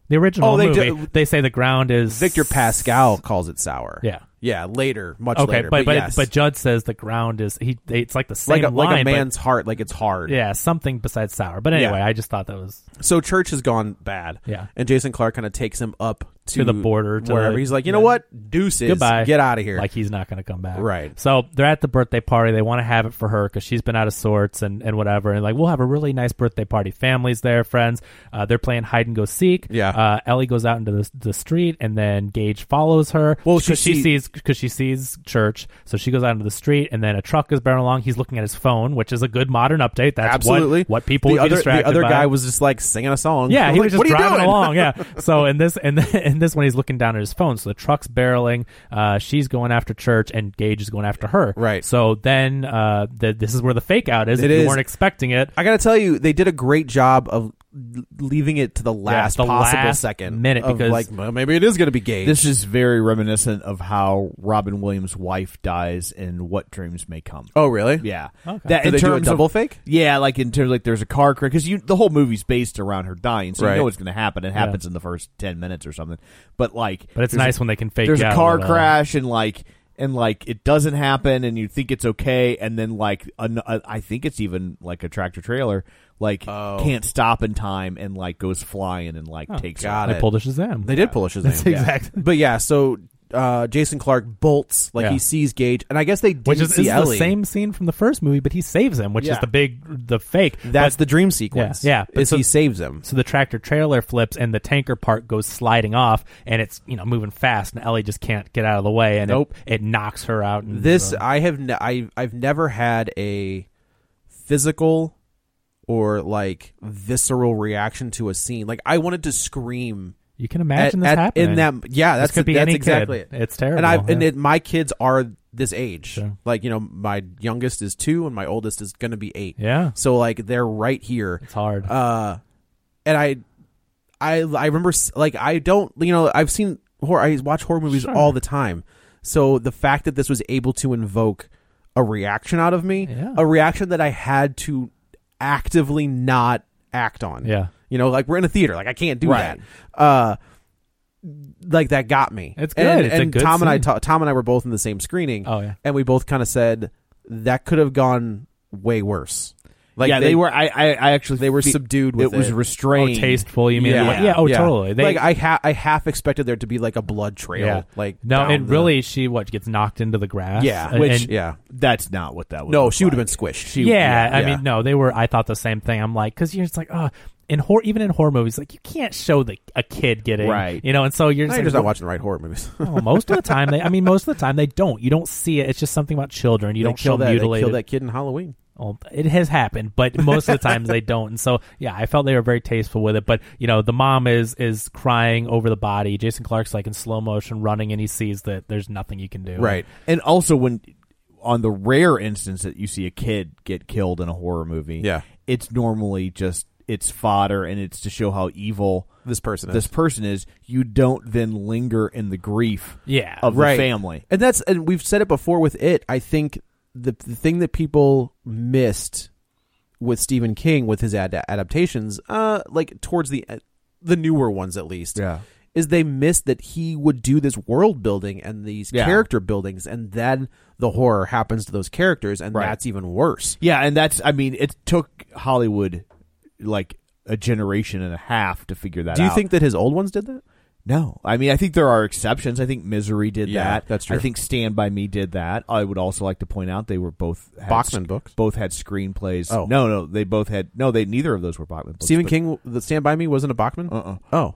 B: the, original
C: Oh, they
B: movie.
C: do-
B: they say the ground is
C: Victor Pascal calls it sour.
B: Yeah.
C: Yeah, later, much
B: Okay,
C: later.
B: but but,
C: yes.
B: but Judd says the ground is he. They, it's like the
C: like
B: same
C: a,
B: line,
C: like a
B: but-
C: man's heart, like it's hard.
B: yeah, something besides sour. But anyway, I just thought that was
C: So church has gone bad.
B: Yeah.
C: And Jason Clark kind of takes him up to,
B: To the border, to
C: wherever
B: the-
C: he's like, you
B: yeah.
C: know what, deuces,
B: goodbye.
C: get out of here.
B: Like he's not going to come back.
C: Right.
B: So they're at the birthday party. They want to have it for her because she's been out of sorts and, and whatever. And like, we'll have a really nice birthday party. Families there, friends. Uh, they're playing hide and go seek.
C: Yeah.
B: Uh, Ellie goes out into the, the street and then Gage follows her.
C: Well,
B: 'Cause
C: she
B: she
C: see-
B: sees because she sees church. So she goes out into the street and then a truck is barreling along. He's looking at his phone, which is a good modern update. That's
C: Absolutely.
B: what, what people
C: the
B: would
C: other,
B: be distracted
C: The other
B: by.
C: guy was just like singing a song.
B: [LAUGHS]
C: [LAUGHS]
B: Yeah,
C: I'm
B: he
C: like,
B: was just
C: what are you
B: driving
C: doing? [LAUGHS]
B: along. Yeah. So in this and in this one, he's looking down at his phone. So the truck's barreling. Uh, she's going after Church, and Gage is going after her.
C: Right.
B: So then, uh, the, this is where the fake out is.
C: It
B: if you
C: is.
B: weren't expecting it.
C: I gotta tell you, they did a great job of l- leaving it to the last
B: the
C: possible
B: last
C: second
B: minute
C: of
B: because-
C: like well, maybe it is gonna be Gage.
A: this is very reminiscent of how Robin Williams' wife dies in What Dreams May Come.
C: oh really?
A: Yeah,
B: Okay.
A: that
C: Did they do a
A: terms of-
C: double fake?
A: Yeah, like in terms like there's a car crash because you the whole movie's based around her dying, so
C: Right.
A: you know it's going to happen. It happens in the first ten minutes or something. But like,
B: But it's
A: there's a-
B: nice when they can fake
A: There's
B: out
A: a car
B: little. uh,
A: crash and like and like it doesn't happen, and you think it's okay, and then like an, a, I think it's even like a tractor trailer like
C: Oh.
A: can't stop in time and like goes flying and like takes
C: Got
A: off.
B: They
C: it.
B: pulled a Shazam.
C: They did pull a Shazam.
B: That's
C: yeah.
B: exactly-
C: But yeah, so uh, Jason Clark bolts like
B: Yeah.
C: he sees Gage, and I guess they didn't
B: Which is,
C: see
B: this is
C: Ellie.
B: the same scene from the first movie, but he saves him, which
C: Yeah.
B: is the big the fake.
C: That's
B: But-
C: the dream sequence.
B: Yeah, yeah. But
C: is
B: so-
C: he saves him.
B: So the tractor trailer flips and the tanker part goes sliding off and it's you know moving fast and Ellie just can't get out of the way and it-
C: Nope.
B: it, knocks her out. And
C: This
B: uh,
C: I have ne- I I've never had a physical or like visceral reaction to a scene. Like I wanted to scream.
B: you can imagine this
C: at- at-
B: happening
C: in that yeah, that's
B: could be
C: that's
B: any
C: exactly
B: kid.
C: it.
B: It's terrible,
C: And I and
B: yeah.
C: it, my kids are this age.
B: Sure.
C: Like you know, my youngest is two, and my oldest is going to be eight.
B: Yeah.
C: So like they're right here.
B: It's
C: Um,
B: hard.
C: uh and i i i remember s- like i don't you know i've seen horror. I watch horror movies
B: Sure.
C: all the time. So the fact that this was able to invoke a reaction out of me,
B: Yeah.
C: a reaction that I had to actively not act on.
B: Yeah.
C: You know, like we're in a theater, like I can't do
A: Right.
C: that. Uh like that got me.
B: It's
C: And,
B: good. It's a
C: and
B: good
C: Tom and I
B: scene.
C: ta- Tom and I were both in the same screening.
B: Oh, yeah.
C: And we both kind of said that could have gone way worse. Like
A: yeah, they, were. I, I, I actually
C: they were
A: fe-
C: subdued with
A: it was
C: it.
B: Oh,
A: restrained.
B: tasteful, you mean?
A: Yeah.
B: Yeah, oh,
C: Yeah.
B: totally. They,
C: like I ha- I half expected there to be like a blood trail.
B: yeah.
C: Like
B: no,
C: down
B: and
C: the-
B: really, she what gets knocked into the grass.
C: Yeah,
B: and-
C: which
B: and-
C: yeah.
A: That's not what that was.
C: No, she would have been squished. She,
B: yeah, I
C: yeah.
B: mean, no, they were. I thought the same thing. I'm like, because you're just like, oh, in horror, even in horror movies, like you can't show the a kid getting
A: Right.
B: you know, and so you're
C: No, you're
B: just, like,
C: just not
B: what-
C: watching the right horror movies. [LAUGHS]
B: No, most of the time, they. I mean, most of the time they don't. You don't see it. It's just something about children. You
C: They
B: don't
C: kill
B: show
C: that. They
B: mutilated.
C: kill that kid in Halloween.
B: Well, it has happened, but most of the times they don't. And so, yeah, I felt they were very tasteful with it. But you know, the mom is is crying over the body. Jason Clark's like in slow motion running, and he sees that there's nothing you can do.
C: Right.
A: And also, when on the rare instance that you see a kid get killed in a horror movie,
C: Yeah.
A: it's normally just it's fodder, and it's to show how evil
C: This person.
A: this person is. You don't then linger in the grief,
B: Yeah.
A: of
C: right.
A: the family.
C: And that's and we've said it before with it. I think the the thing that people missed with Stephen King with his ad- adaptations, uh, like towards the the newer ones at least,
A: Yeah.
C: is they missed that he would do this world building and these
A: Yeah.
C: character buildings, and then the horror happens to those characters, and
A: Right.
C: that's even worse.
A: Yeah, and that's I mean, it took Hollywood like a generation and a half to figure that out.
C: Do you think that his old ones did that?
A: No, I mean, I think there are exceptions. I think Misery did
C: Yeah,
A: that.
C: that's true.
A: I think Stand by Me did that. I would also like to point out they were both had
C: Bachman books?
A: Both had screenplays.
C: Oh.
A: no, no, they both had no. They neither of those were Bachman books.
C: Stephen
A: but-
C: King, the Stand by Me wasn't a Bachman.
A: Uh-uh.
C: Oh,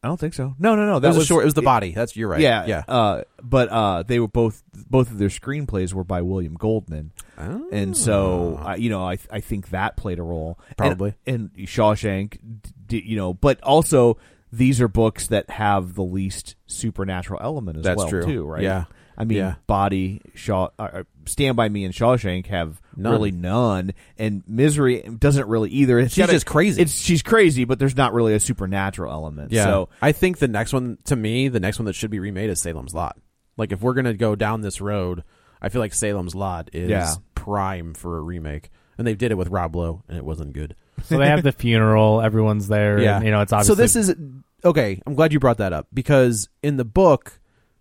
A: I don't think so. No, no, no.
C: that
A: That
C: was, a short. It was the body. That's you're right.
A: Yeah,
C: yeah.
A: Uh, but uh, they were both both of their screenplays were by William Goldman, and so uh, you know I I think that played a role And-
C: Ah. Probably.
A: And, Shawshank, d- you know, but also these are books that have the least supernatural element as
C: That's
A: well,
C: true.
A: too, right?
C: Yeah.
A: I mean,
C: Yeah.
A: Body, Shaw, uh, uh, Stand by Me, and Shawshank have
C: None.
A: really none, and Misery doesn't really either. It's
C: She's
A: got a-
C: just crazy.
A: It's she's crazy, but there's not really a supernatural element. So
C: I think the next one to me, the next one that should be remade is Salem's Lot. Like if we're gonna go down this road, I feel like Salem's Lot is
A: Yeah.
C: prime for a remake. And they did it with Rob Lowe, and it wasn't good.
B: So they have the funeral. Everyone's there. Yeah. you know, it's obviously
C: so. This is okay. I'm glad you brought that up because in the book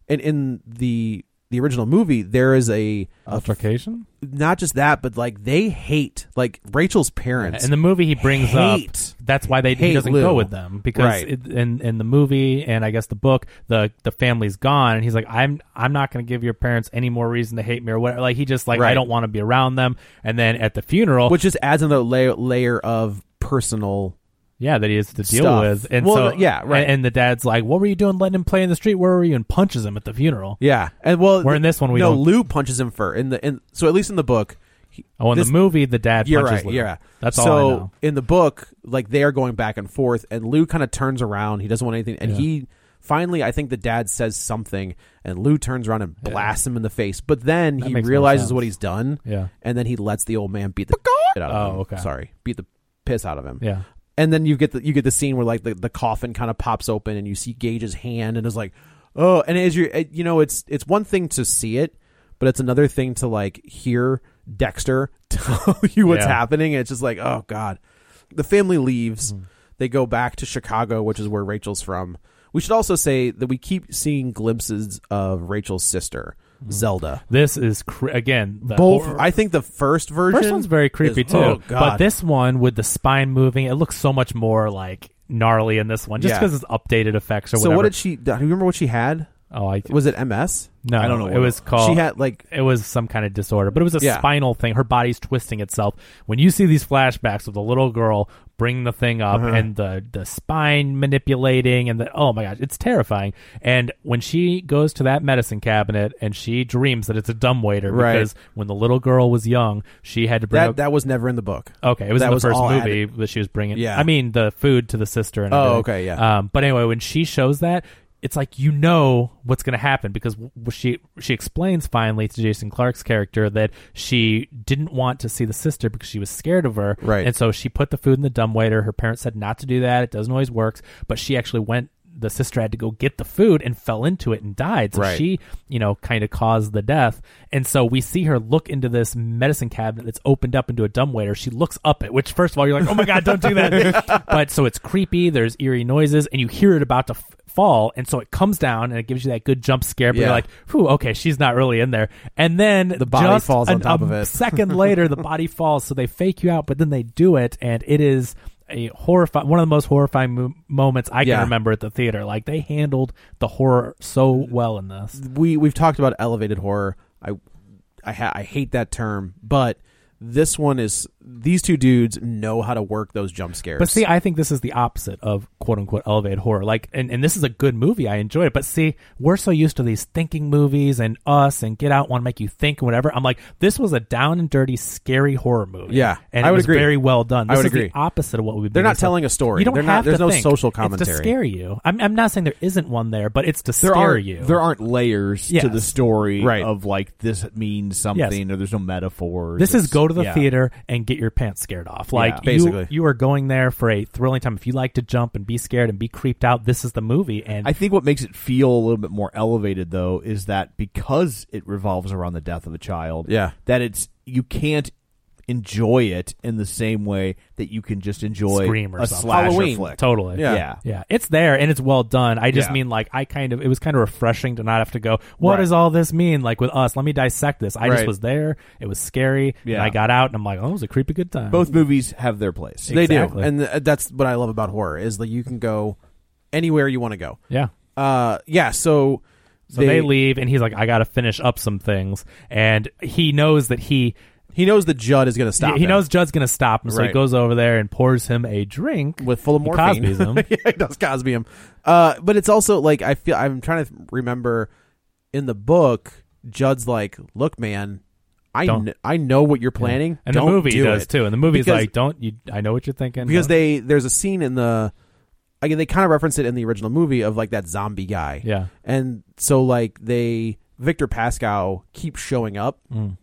C: and in the the original movie, there is a, a
B: altercation.
C: not just that, but like they hate like Rachel's parents.
B: In the movie, he brings
C: Hate.
B: up that's why they
C: Hate
B: he doesn't
C: Lou.
B: go with them because
C: Right.
B: it, in in the movie and I guess the book, the the family's gone, and he's like, I'm I'm not going to give your parents any more reason to hate me or whatever. Like he just like
C: Right.
B: I don't want to be around them. And then at the funeral,
C: which just adds another layer, layer of personal
B: Yeah, that he has to deal
C: Stuff.
B: with. And
C: Well,
B: so,
C: yeah, right.
B: And, and the dad's like, "What were you doing, letting him play in the street? Where were you?" And punches him at the funeral.
C: Yeah, and well,
B: Where in this one we
C: no
B: don't-
C: Lou punches him for in the in so at least in the book. he-
B: Oh, in
C: this-
B: the movie, the dad
C: you're right,
B: punches Lou.
C: yeah,
B: that's
C: so
B: all I know.
C: in the book, like they are going back and forth, and Lou kind of turns around. He doesn't want anything, and he finally, I think the dad says something, and Lou turns around and blasts him in the face. But then he
B: makes more
C: realizes
B: sense.
C: what he's done,
B: Yeah.
C: and then he lets the old man beat the shit out of
B: Oh,
C: him.
B: okay.
C: sorry, beat the piss out of him.
B: Yeah.
C: and then you get the you get the scene where like the, the coffin kind of pops open and you see Gage's hand and it's like oh and as you you know it's it's one thing to see it but it's another thing to like hear Dexter [LAUGHS] tell you what's
B: Yeah.
C: happening and it's just like oh god the family leaves
B: Mm-hmm.
C: they go back to Chicago which is where Rachel's from we should also say that we keep seeing glimpses of Rachel's sister
B: Mm-hmm.
C: Zelda
B: This is cre- again the
C: both
B: horror-
C: I think the first version
B: first one's very creepy
C: is-
B: too,
C: oh,
B: but
C: God.
B: this one with the spine moving, it looks so much more like gnarly in this one, just
C: Yeah.
B: because it's updated effects or
C: so
B: whatever.
C: what did she do you remember what she had
B: oh, I
C: was it MS
B: no,
A: I don't know
B: It
A: what
B: was
A: it-
B: called.
C: she had like
B: it was some kind of disorder, but it was a
C: Yeah.
B: spinal thing. Her body's twisting itself. When you see these flashbacks of the little girl bringing the thing
C: Uh-huh.
B: up and the the spine manipulating and the oh my gosh, it's terrifying. And when she goes to that medicine cabinet and she dreams that it's a dumbwaiter
C: Right.
B: because when the little girl was young, she had to bring
C: that
B: up
C: that was never in the book.
B: Okay, it was
C: that
B: in the first
C: all
B: movie
C: added.
B: that she was bringing.
C: Yeah.
B: I mean the food to the sister. and
C: Oh,
B: everything.
C: okay, yeah.
B: Um, but anyway, when she shows that, it's like you know what's going to happen because w- she she explains finally to Jason Clark's character that she didn't want to see the sister because she was scared of her.
C: Right.
B: and so she put the food in the dumbwaiter. Her parents said not to do that. It doesn't always works, but she actually went. the sister had to go get the food and fell into it and died. So
C: Right.
B: she, you know, kind of caused the death. And so we see her look into this medicine cabinet that's opened up into a dumbwaiter. She looks up at which, first of all, you're like, oh my God, don't
C: [LAUGHS]
B: do that. but so it's creepy. There's eerie noises and you hear it about to f- fall. And so it comes down and it gives you that good jump scare. But
C: Yeah.
B: you're like, whew, okay, she's not really in there. And then the
C: body falls on top of it.
B: second later, the body falls. So they fake you out, but then they do it. And it is a horrifying, one of the most horrifying mo- moments I
C: Yeah.
B: can remember at the theater. Like they handled the horror so well in this.
C: we we've talked about elevated horror. I I, ha- I hate that term, but this one is these two dudes know how to work those jump scares.
B: But see, I think this is the opposite of quote unquote elevated horror. Like, and, and this is a good movie. I enjoy it. But see, we're so used to these thinking movies and us and Get Out want to make you think and whatever. I'm like, this was a down and dirty, scary horror movie.
C: Yeah,
B: and
C: I
B: it
C: would
B: was
C: agree.
B: very well done.
C: I
B: This
C: would
B: is
C: agree.
B: the opposite of what we've.
C: They're
B: been
C: not
B: used to.
C: telling a story.
B: You don't
C: They're
B: have
C: not-
B: to
C: there's no
B: think.
C: social
B: It's
C: commentary.
B: to scare you. I'm, I'm not saying there isn't one there, but it's to
A: there
B: scare
A: are
B: you.
A: there aren't layers to the
B: Yes.
A: story
C: Right.
A: of like this means something or there's no metaphor.
B: This is go to the
A: yeah.
B: theater and get your pants scared off. Like you-
C: basically.
B: you, are going there for a thrilling time. If you like to jump and be scared and be creeped out, this is the movie. And
A: I think what makes it feel a little bit more elevated though is that because it revolves around the death of a child,
C: Yeah.
A: that it's you can't enjoy it in the same way that you can just enjoy
B: Scream or
A: a
B: something.
A: slasher
C: Halloween.
A: flick.
B: Totally.
C: Yeah.
A: Yeah.
B: Yeah. It's there and it's well done. I just
A: Yeah.
B: mean like I kind of it was kind of refreshing to not have to go, what
A: Right.
B: does all this mean? Like with us, let me dissect this. I
C: Right.
B: just was there. It was scary.
A: Yeah.
B: And I got out and I'm like, oh, it was a creepy good time.
A: Both movies have their place.
C: they do,
B: Exactly.
C: and th- that's what I love about horror is that you can go anywhere you want to go.
B: Yeah.
C: Uh, yeah. So
B: So they, leave and he's like, I gotta finish up some things. And he knows that he
C: He knows that Judd is going to stop.
B: he
C: him.
B: knows Judd's gonna stop him, so
C: Right.
B: he goes over there and pours him a drink
C: with full of
B: He
C: morphine.
B: Cosby's him.
C: [LAUGHS] yeah, he does Cosby him. Uh, but it's also like I feel I'm trying to remember in the book, Judd's like, "Look, man, I
B: Don't-
C: kn- I know what you're planning,
B: and
C: Don't
B: the movie
C: do
B: does
C: it.
B: too. And the movie's
C: Because-
B: like, don't you? I know what you're thinking
C: because
B: No.
C: they there's a scene in the again they kind of reference it in the original movie of like that zombie guy,
B: yeah.
C: and so like they Victor Pascal keeps showing up.
B: Mm.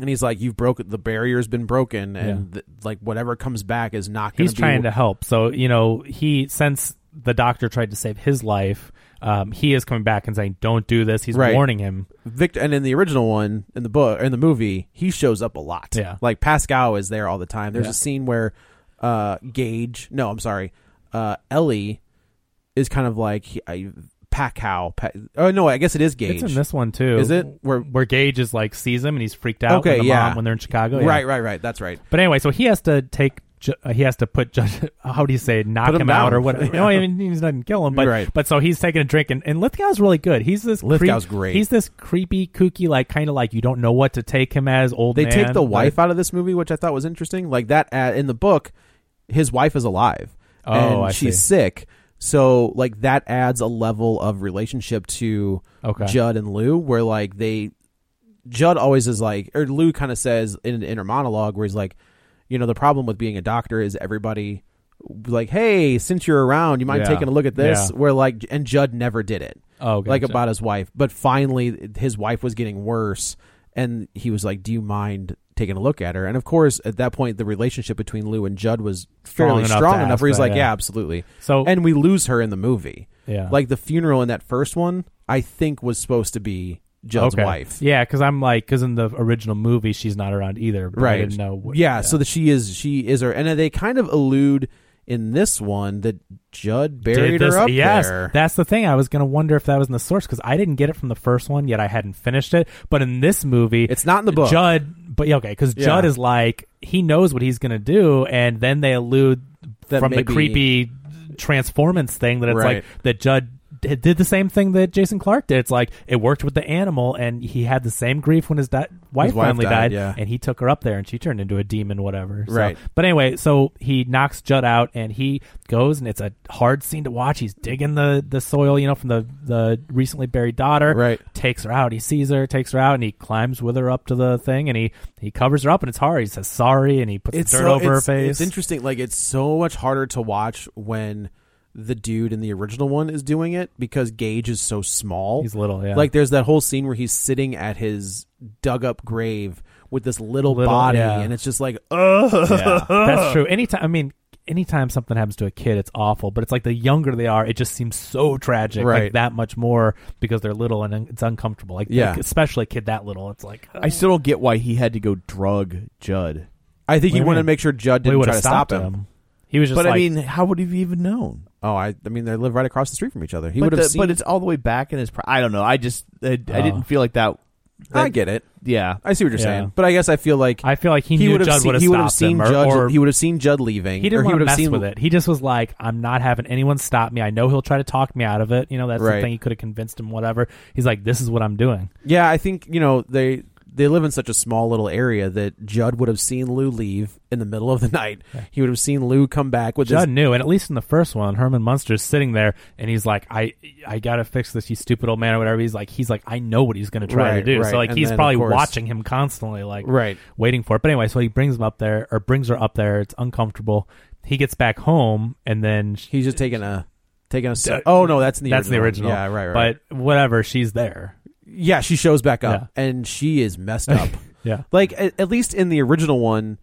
C: And he's like, "You've broken the barrier's been broken, and th- like whatever comes back is not going
B: he's
C: to be."
B: trying to help so you know he since the doctor tried to save his life um, he is coming back and saying don't do this he's
C: Right.
B: warning him
C: Victor, and in the original one, in the book, in the movie, he shows up a lot.
B: Yeah.
C: like Pascal is there all the time. There's
B: Yeah.
C: a scene where uh, Gage, no, I'm sorry, uh, Ellie is kind of like he, I, Pacow. Pa- oh no, I guess it is Gage.
B: it's Oh, in this one too
C: Is it? Where-
B: where where gage is like sees him and he's freaked out
C: Okay,
B: when the
C: yeah.
B: mom when they're in chicago yeah.
C: Right, right, right. That's right.
B: but anyway so he has to take Ju- [LAUGHS] uh, he has to put judge how do you say it? knock
C: Put him
B: him, out
C: down.
B: or whatever no i mean he doesn't kill him but
C: Right.
B: but so he's taking a drink and, and lithgow's really good he's this creep-
C: Lithgow's great.
B: he's this creepy kooky like kind of like you don't know what to take him as old
C: They take
B: man,
C: the
B: like-
C: wife out of this movie, which I thought was interesting. Like that uh, in the book, his wife is alive
B: Oh,
C: and
B: I
C: she's
B: see.
C: sick. So like that adds a level of relationship to
B: Okay.
C: Judd and Lou, where like they Judd always is like, or Lou kind of says in an inner monologue where he's like, you know, the problem with being a doctor is everybody like, hey, since you're around, you mind
A: Yeah.
C: taking a look at this?
B: Yeah.
C: Where like, and Judd never did it.
B: Oh,
C: like
B: gotcha.
C: about his wife, but finally his wife was getting worse, and he was like, do you mind? taking a look at her and of course at that point the relationship between lou and judd was fairly
B: Strong enough
C: strong
B: to
C: enough,
B: ask
C: where he's
B: that,
C: like yeah.
B: yeah.
C: absolutely
B: So-
C: and we lose her in the movie
B: Yeah.
C: like the funeral in that first one i think was supposed to be judd's wife
B: Yeah, because I'm like, because in the original movie, she's not around either. But
C: right
B: I didn't know. what-
C: yeah, so that she is she is her and they kind of allude in this one that judd
B: Did
C: buried
B: this-
C: her up
B: yes,
C: there
B: that's the thing. I was gonna wonder if that was in the source because I didn't get it from the first one yet. I hadn't finished it, but in this movie,
C: It's not in the book.
B: Judd, but yeah, okay, because
C: Yeah.
B: Judd is like he knows what he's gonna do, and then they allude
C: That
B: from the
C: maybe-
B: creepy transformance thing that it's
C: Right.
B: like that Judd d- did the same thing that Jason Clark did. It's like it worked with the animal, and he had the same grief when his di- wife,
C: His wife
B: finally
C: died,
B: died,
C: yeah.
B: and he took her up there, and she turned into a demon, whatever. So-
C: Right.
B: But anyway, so he knocks Judd out, and he goes, and it's a hard scene to watch. He's digging the the soil, you know, from the the recently buried daughter.
C: Right.
B: Takes her out. He sees her, takes her out, and he climbs with her up to the thing, and he he covers her up, and it's hard. He says sorry, and he puts
C: it's
B: the dirt
C: so-
B: over her
C: it's-
B: face.
C: it's interesting like it's so much harder to watch when the dude in the original one is doing it because Gage is so small.
B: He's little, yeah.
C: Like there's that whole scene where he's sitting at his dug up grave with this little,
B: Little,
C: body,
B: yeah.
C: and it's just like, ugh. [LAUGHS]
B: That's true. Anytime, I mean, anytime something happens to a kid, it's awful. But it's like the younger they are, it just seems so tragic, like
C: Right.
B: that much more because they're little and un- it's uncomfortable. Like,
C: Yeah.
B: like, especially a kid that little, it's like
A: I still don't get why he had to go drug Judd.
C: I think
B: What do
C: he
B: you
C: wanted to
B: mean?
C: make sure Judd
B: we
C: didn't
B: would
C: try
B: have
C: to stop
B: stopped
C: him.
B: him. He was just
A: But
B: like,
A: I mean, how would he have even known?
C: Oh, I, I mean, they live right across the street from each other. He
A: but,
C: would have
A: the-
C: seen.
A: but it's all the way back in his. Pri- I don't know. I just I, I didn't feel like that.
C: I get it.
A: Yeah,
C: I see what you're
B: Yeah.
C: saying. But I guess I feel like
B: I feel like he,
C: he
B: knew
C: would have
B: Judd
C: seen,
B: would have
C: he would have
B: stopped
C: seen
B: him, or,
C: Judd.
B: or
C: he would have seen Judd leaving.
B: he
C: or
B: didn't
C: he
B: want to
C: would have
B: mess
C: seen,
B: with it. He just was like, "I'm not having anyone stop me. I know he'll try to talk me out of it. You know, that's the
C: Right.
B: thing. He could have convinced him, whatever. He's like, this is what I'm doing.
C: Yeah, I think you know they they live in such a small little area that Judd would have seen Lou leave in the middle of the [LAUGHS] night. He would have seen Lou come back with
B: Judd
C: his.
B: knew, and at least in the first one, Herman Munster's sitting there, and he's like, "I, I gotta fix this, you stupid old man, or whatever." He's like, he's like, I know what he's gonna try to
C: Right,
B: do.
C: right.
B: So like,
C: And
B: he's
C: then, of
B: probably
C: course-
B: watching him constantly, like,
C: Right.
B: waiting for it. But anyway, so he brings him up there, or brings her up there. It's uncomfortable. He gets back home, and then she,
C: He's just taking a taking a. sip. oh no, that's in the
B: that's the
C: original.
B: original.
C: Yeah, right, right.
B: But whatever, she's there.
C: yeah, she shows back up
B: Yeah.
C: and she is messed
B: [LAUGHS]
C: up.
B: Yeah.
C: like at, at least in the original one,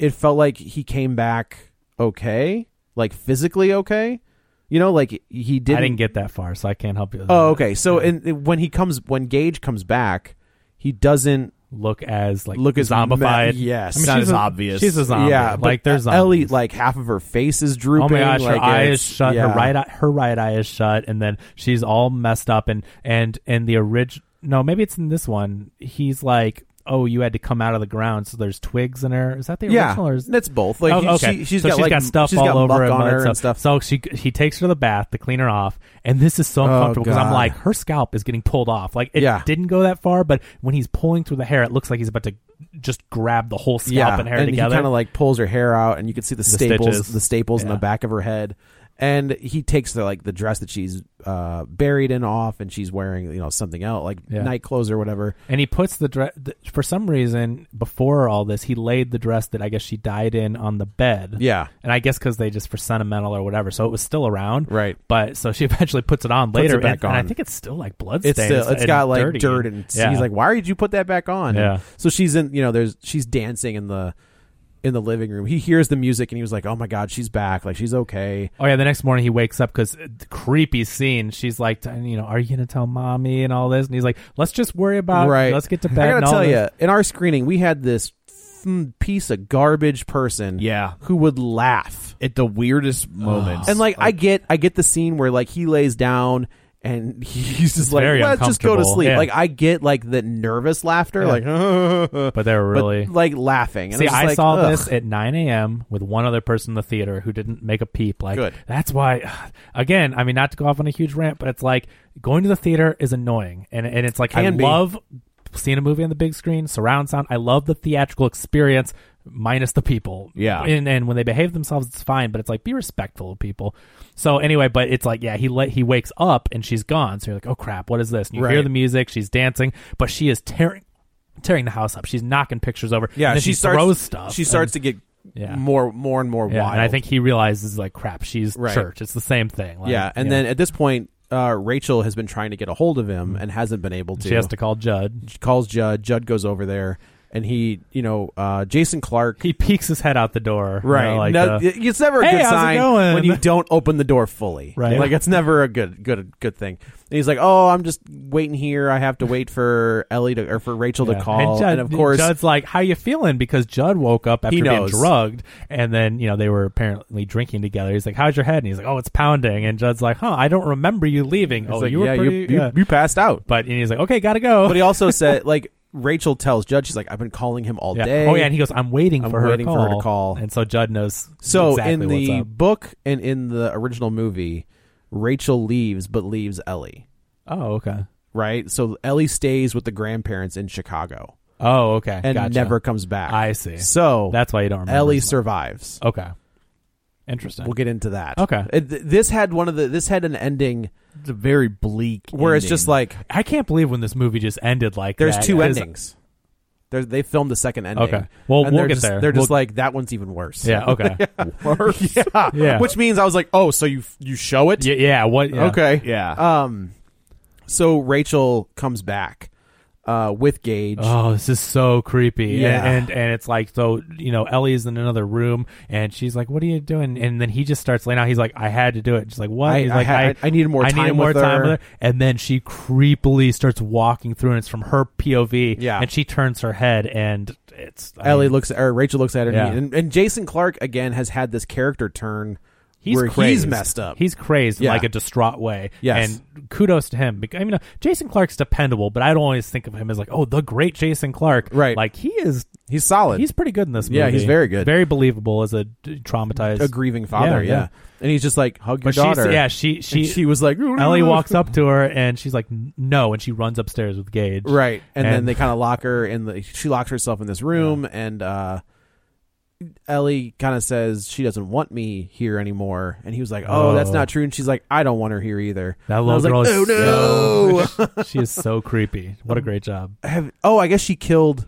C: it felt like he came back okay, like physically okay. You know, like he didn't.
B: I didn't get that far, so I can't help you. uh, with
C: oh,
B: that.
C: okay. So and and when he comes, when Gage comes back, he doesn't
B: Look as like
C: Look as
B: zombified.
C: ma- yes.
B: I mean,
C: Not
B: she's
A: as
B: a-
A: obvious.
B: She's a zombie.
C: Yeah, but E-
B: like there's
C: Ellie. Like half of her face is drooping.
B: Oh my gosh,
C: like,
B: her eye is
C: it's-
B: shut.
C: yeah.
B: Her right, eye, her right eye is shut, and then she's all messed up. And and and the original, no, maybe it's in this one. He's like, oh, you had to come out of the ground, so there's twigs in her. Is that the
C: Yeah,
B: original? Or is
C: that's both. Like
B: oh, okay.
C: she, she's
B: so
C: got
B: she's
C: like
B: got stuff
C: she's
B: all
C: got
B: over
C: muck
B: him,
C: on
B: like,
C: her
B: so,
C: and stuff.
B: So she he takes her to the bath to clean her off, and this is so uncomfortable because I'm
C: Oh, God.
B: like, her scalp is getting pulled off. Like it
C: Yeah.
B: didn't go that far, but when he's pulling through the hair, it looks like he's about to just grab the whole scalp
C: yeah,
B: and hair
C: and
B: together.
C: he kind of like pulls her hair out, and you can see the, staples,
B: stitches.
C: the staples in
B: Yeah.
C: the back of her head. And he takes the like the dress that she's uh, buried in off, and she's wearing you know something else like
B: Yeah.
C: night clothes or whatever.
B: And he puts the dress. For some reason, before all this, he laid the dress that I guess she died in on the bed.
C: Yeah,
B: And I guess because they just for sentimental or whatever, so it was still around.
C: Right.
B: But so she [LAUGHS] eventually puts it on
C: Puts
B: later,
C: it back
B: and, and I
C: on.
B: think it's still like blood
C: it's
B: stains
C: still it's
B: and
C: got like
B: dirty.
C: dirt and
B: Yeah.
C: he's like why did you put that back on
B: Yeah.
C: so she's in you know there's she's dancing in the in the living room he hears the music and he was like oh my god she's back like she's okay
B: Oh yeah, the next morning he wakes up because creepy scene. She's like, you know, are you gonna tell mommy and all this? And he's like, let's just worry about.
C: right
B: Uh, Let's get to bed.
C: i gotta
B: and all
C: tell
B: this.
C: you in our screening we had this mm, piece of garbage person
A: Yeah.
C: who would laugh
A: at the weirdest moments.
C: and like, i get i get the scene where like he lays down and [LAUGHS] he's just like
B: very
C: let's just go to
B: uncomfortable.
C: sleep
B: Yeah.
C: like i get like the nervous laughter like
B: But they're really
C: Uh, but, like laughing and
B: See,
C: it's
B: I
C: like,
B: saw
C: ugh.
B: this at 9 a.m. with one other person in the theater who didn't make a peep. Like,
C: Good.
B: that's why. Again, I mean, not to go off on a huge rant, but it's like going to the theater is annoying, and and it's like I
C: Can be.
B: love seeing a movie on the big screen, surround sound. I love the theatrical experience, minus the people.
A: Yeah.
B: and and when they behave themselves, it's fine. But it's like be respectful of people. So anyway, but it's like yeah, he let he wakes up and she's gone. So you're like, oh crap, what is this? And you hear
C: Right.
B: the music, she's dancing, but she is tearing. Tearing the house up, she's knocking pictures over.
C: Yeah,
B: and then she,
C: starts,
B: throws stuff.
C: She starts
B: and,
C: to get
B: Yeah.
C: more, more and more
B: yeah,
C: wild.
B: and I think he realizes like crap, she's
C: Right.
B: church. It's the same thing. Like,
C: yeah, and
B: you
C: then
B: know,
C: at this point, uh, Rachel has been trying to get a hold of him and hasn't been able to.
B: she has to call Judd.
C: She calls Judd. Judd goes over there, and he, you know, uh, Jason Clark.
B: He peeks his head out the door. you know,
C: Right,
B: like,
C: No,
B: uh,
C: it- it's never a
B: "Hey,
C: good
B: how's it
C: sign
B: going?"
C: when you don't open the door fully.
B: Right.
C: like it's never a good, good, good thing. And he's like, "Oh, I'm just waiting here. I have to wait for Ellie to or for Rachel
B: yeah.
C: to call."
B: Judd-
C: of course,
B: Judd's like, "How you feeling?" Because Judd woke up after
C: He
B: being
C: knows.
B: drugged, and then you know they were apparently drinking together. He's like, "How's your head?" And he's like, "Oh, it's pounding." And Judd's like, "Huh, I don't remember you leaving."
C: he's
B: oh,
C: like,
B: you were
C: yeah,
B: pretty.
C: you, you,
B: yeah.
C: you passed out.
B: but and he's like, "Okay, gotta go."
C: But he also said, like, Rachel tells Judd, she's like, I've been calling him all
B: [LAUGHS] yeah.
C: day.
B: Oh yeah, and he goes, "I'm waiting
C: I'm
B: for her
C: waiting
B: to
C: for
B: call."
C: her to call.
B: And so Judd knows.
C: so
B: exactly
C: in
B: what's
C: the
B: up.
C: book and in the original movie, Rachel leaves but leaves Ellie,
B: oh okay.
C: right? So Ellie stays with the grandparents in Chicago
B: Oh okay.
C: and
B: Gotcha.
C: never comes back.
B: I see.
C: So
B: That's why you don't remember.
C: Ellie
B: as much.
C: survives.
B: Okay. Interesting.
C: We'll get into that.
B: Okay.
C: It- th- this had one of the this had an ending
A: it's a very bleak.
C: where it's just like
A: ending.
B: I can't believe when this movie just ended like
C: there's
B: that.
C: two
B: It is-
C: endings. There's, they filmed the second ending.
B: Okay. Well,
C: and
B: we'll
C: they're
B: get
C: just,
B: there.
C: They're just
B: We'll-
C: like that one's even worse. [LAUGHS]
B: Yeah, okay.
C: worse. yeah.
B: Yeah.
C: Which means I was like, oh, so you you show it?
B: yeah, yeah, what yeah.
C: Okay.
A: yeah,
C: Um, so Rachel comes back. uh, with Gage.
B: Oh, this is so creepy.
C: Yeah.
B: And, and and it's like so you know Ellie's in another room and she's like, "What are you doing?" And then he just starts laying out. He's like, "I had to do it." She's like, "What?"
C: I-
B: He's
C: I
B: like,
C: had- I needed more
B: I needed
C: time
B: more
C: with
B: time
C: her."
B: with her. And then she creepily starts walking through, and it's from her POV.
C: Yeah.
B: And she turns her head, and it's I
C: Ellie
B: mean,
C: looks or Rachel looks at her,
B: Yeah.
C: and, and, Jason Clark again has had this character turn
B: He's
C: where
B: crazed.
C: he's messed up.
B: He's crazed
C: Yeah.
B: in like a distraught way.
C: Yes.
B: And kudos to him. Because, I mean, uh, Jason Clark's dependable, but I don't always think of him as like, oh, the great Jason Clark.
C: Right.
B: Like he is
C: he's solid.
B: He's pretty good in this movie.
C: Yeah, he's very good.
B: Very believable as a d- traumatized
C: a grieving father,
B: Yeah,
C: yeah,
B: yeah.
C: And he's just like hug your
B: But she's-
C: daughter.
B: yeah, she
C: And
B: she,
C: she, was like [LAUGHS]
B: Ellie walks up to her and she's like "N- no and she runs upstairs with Gage.
C: right, and, then
B: And-
C: they kind of lock her, and the, she locks herself in this room, and uh, Ellie kind of says she doesn't want me here anymore, and he was like, "Oh, that's
B: Oh.
C: not true," and she's like, "I don't want her here either." And
B: That
C: I
B: little
C: was like,
B: girl is
C: "Oh no!"
B: so- [LAUGHS] she is so creepy. What a great job.
C: [LAUGHS] Have- oh, I guess she killed.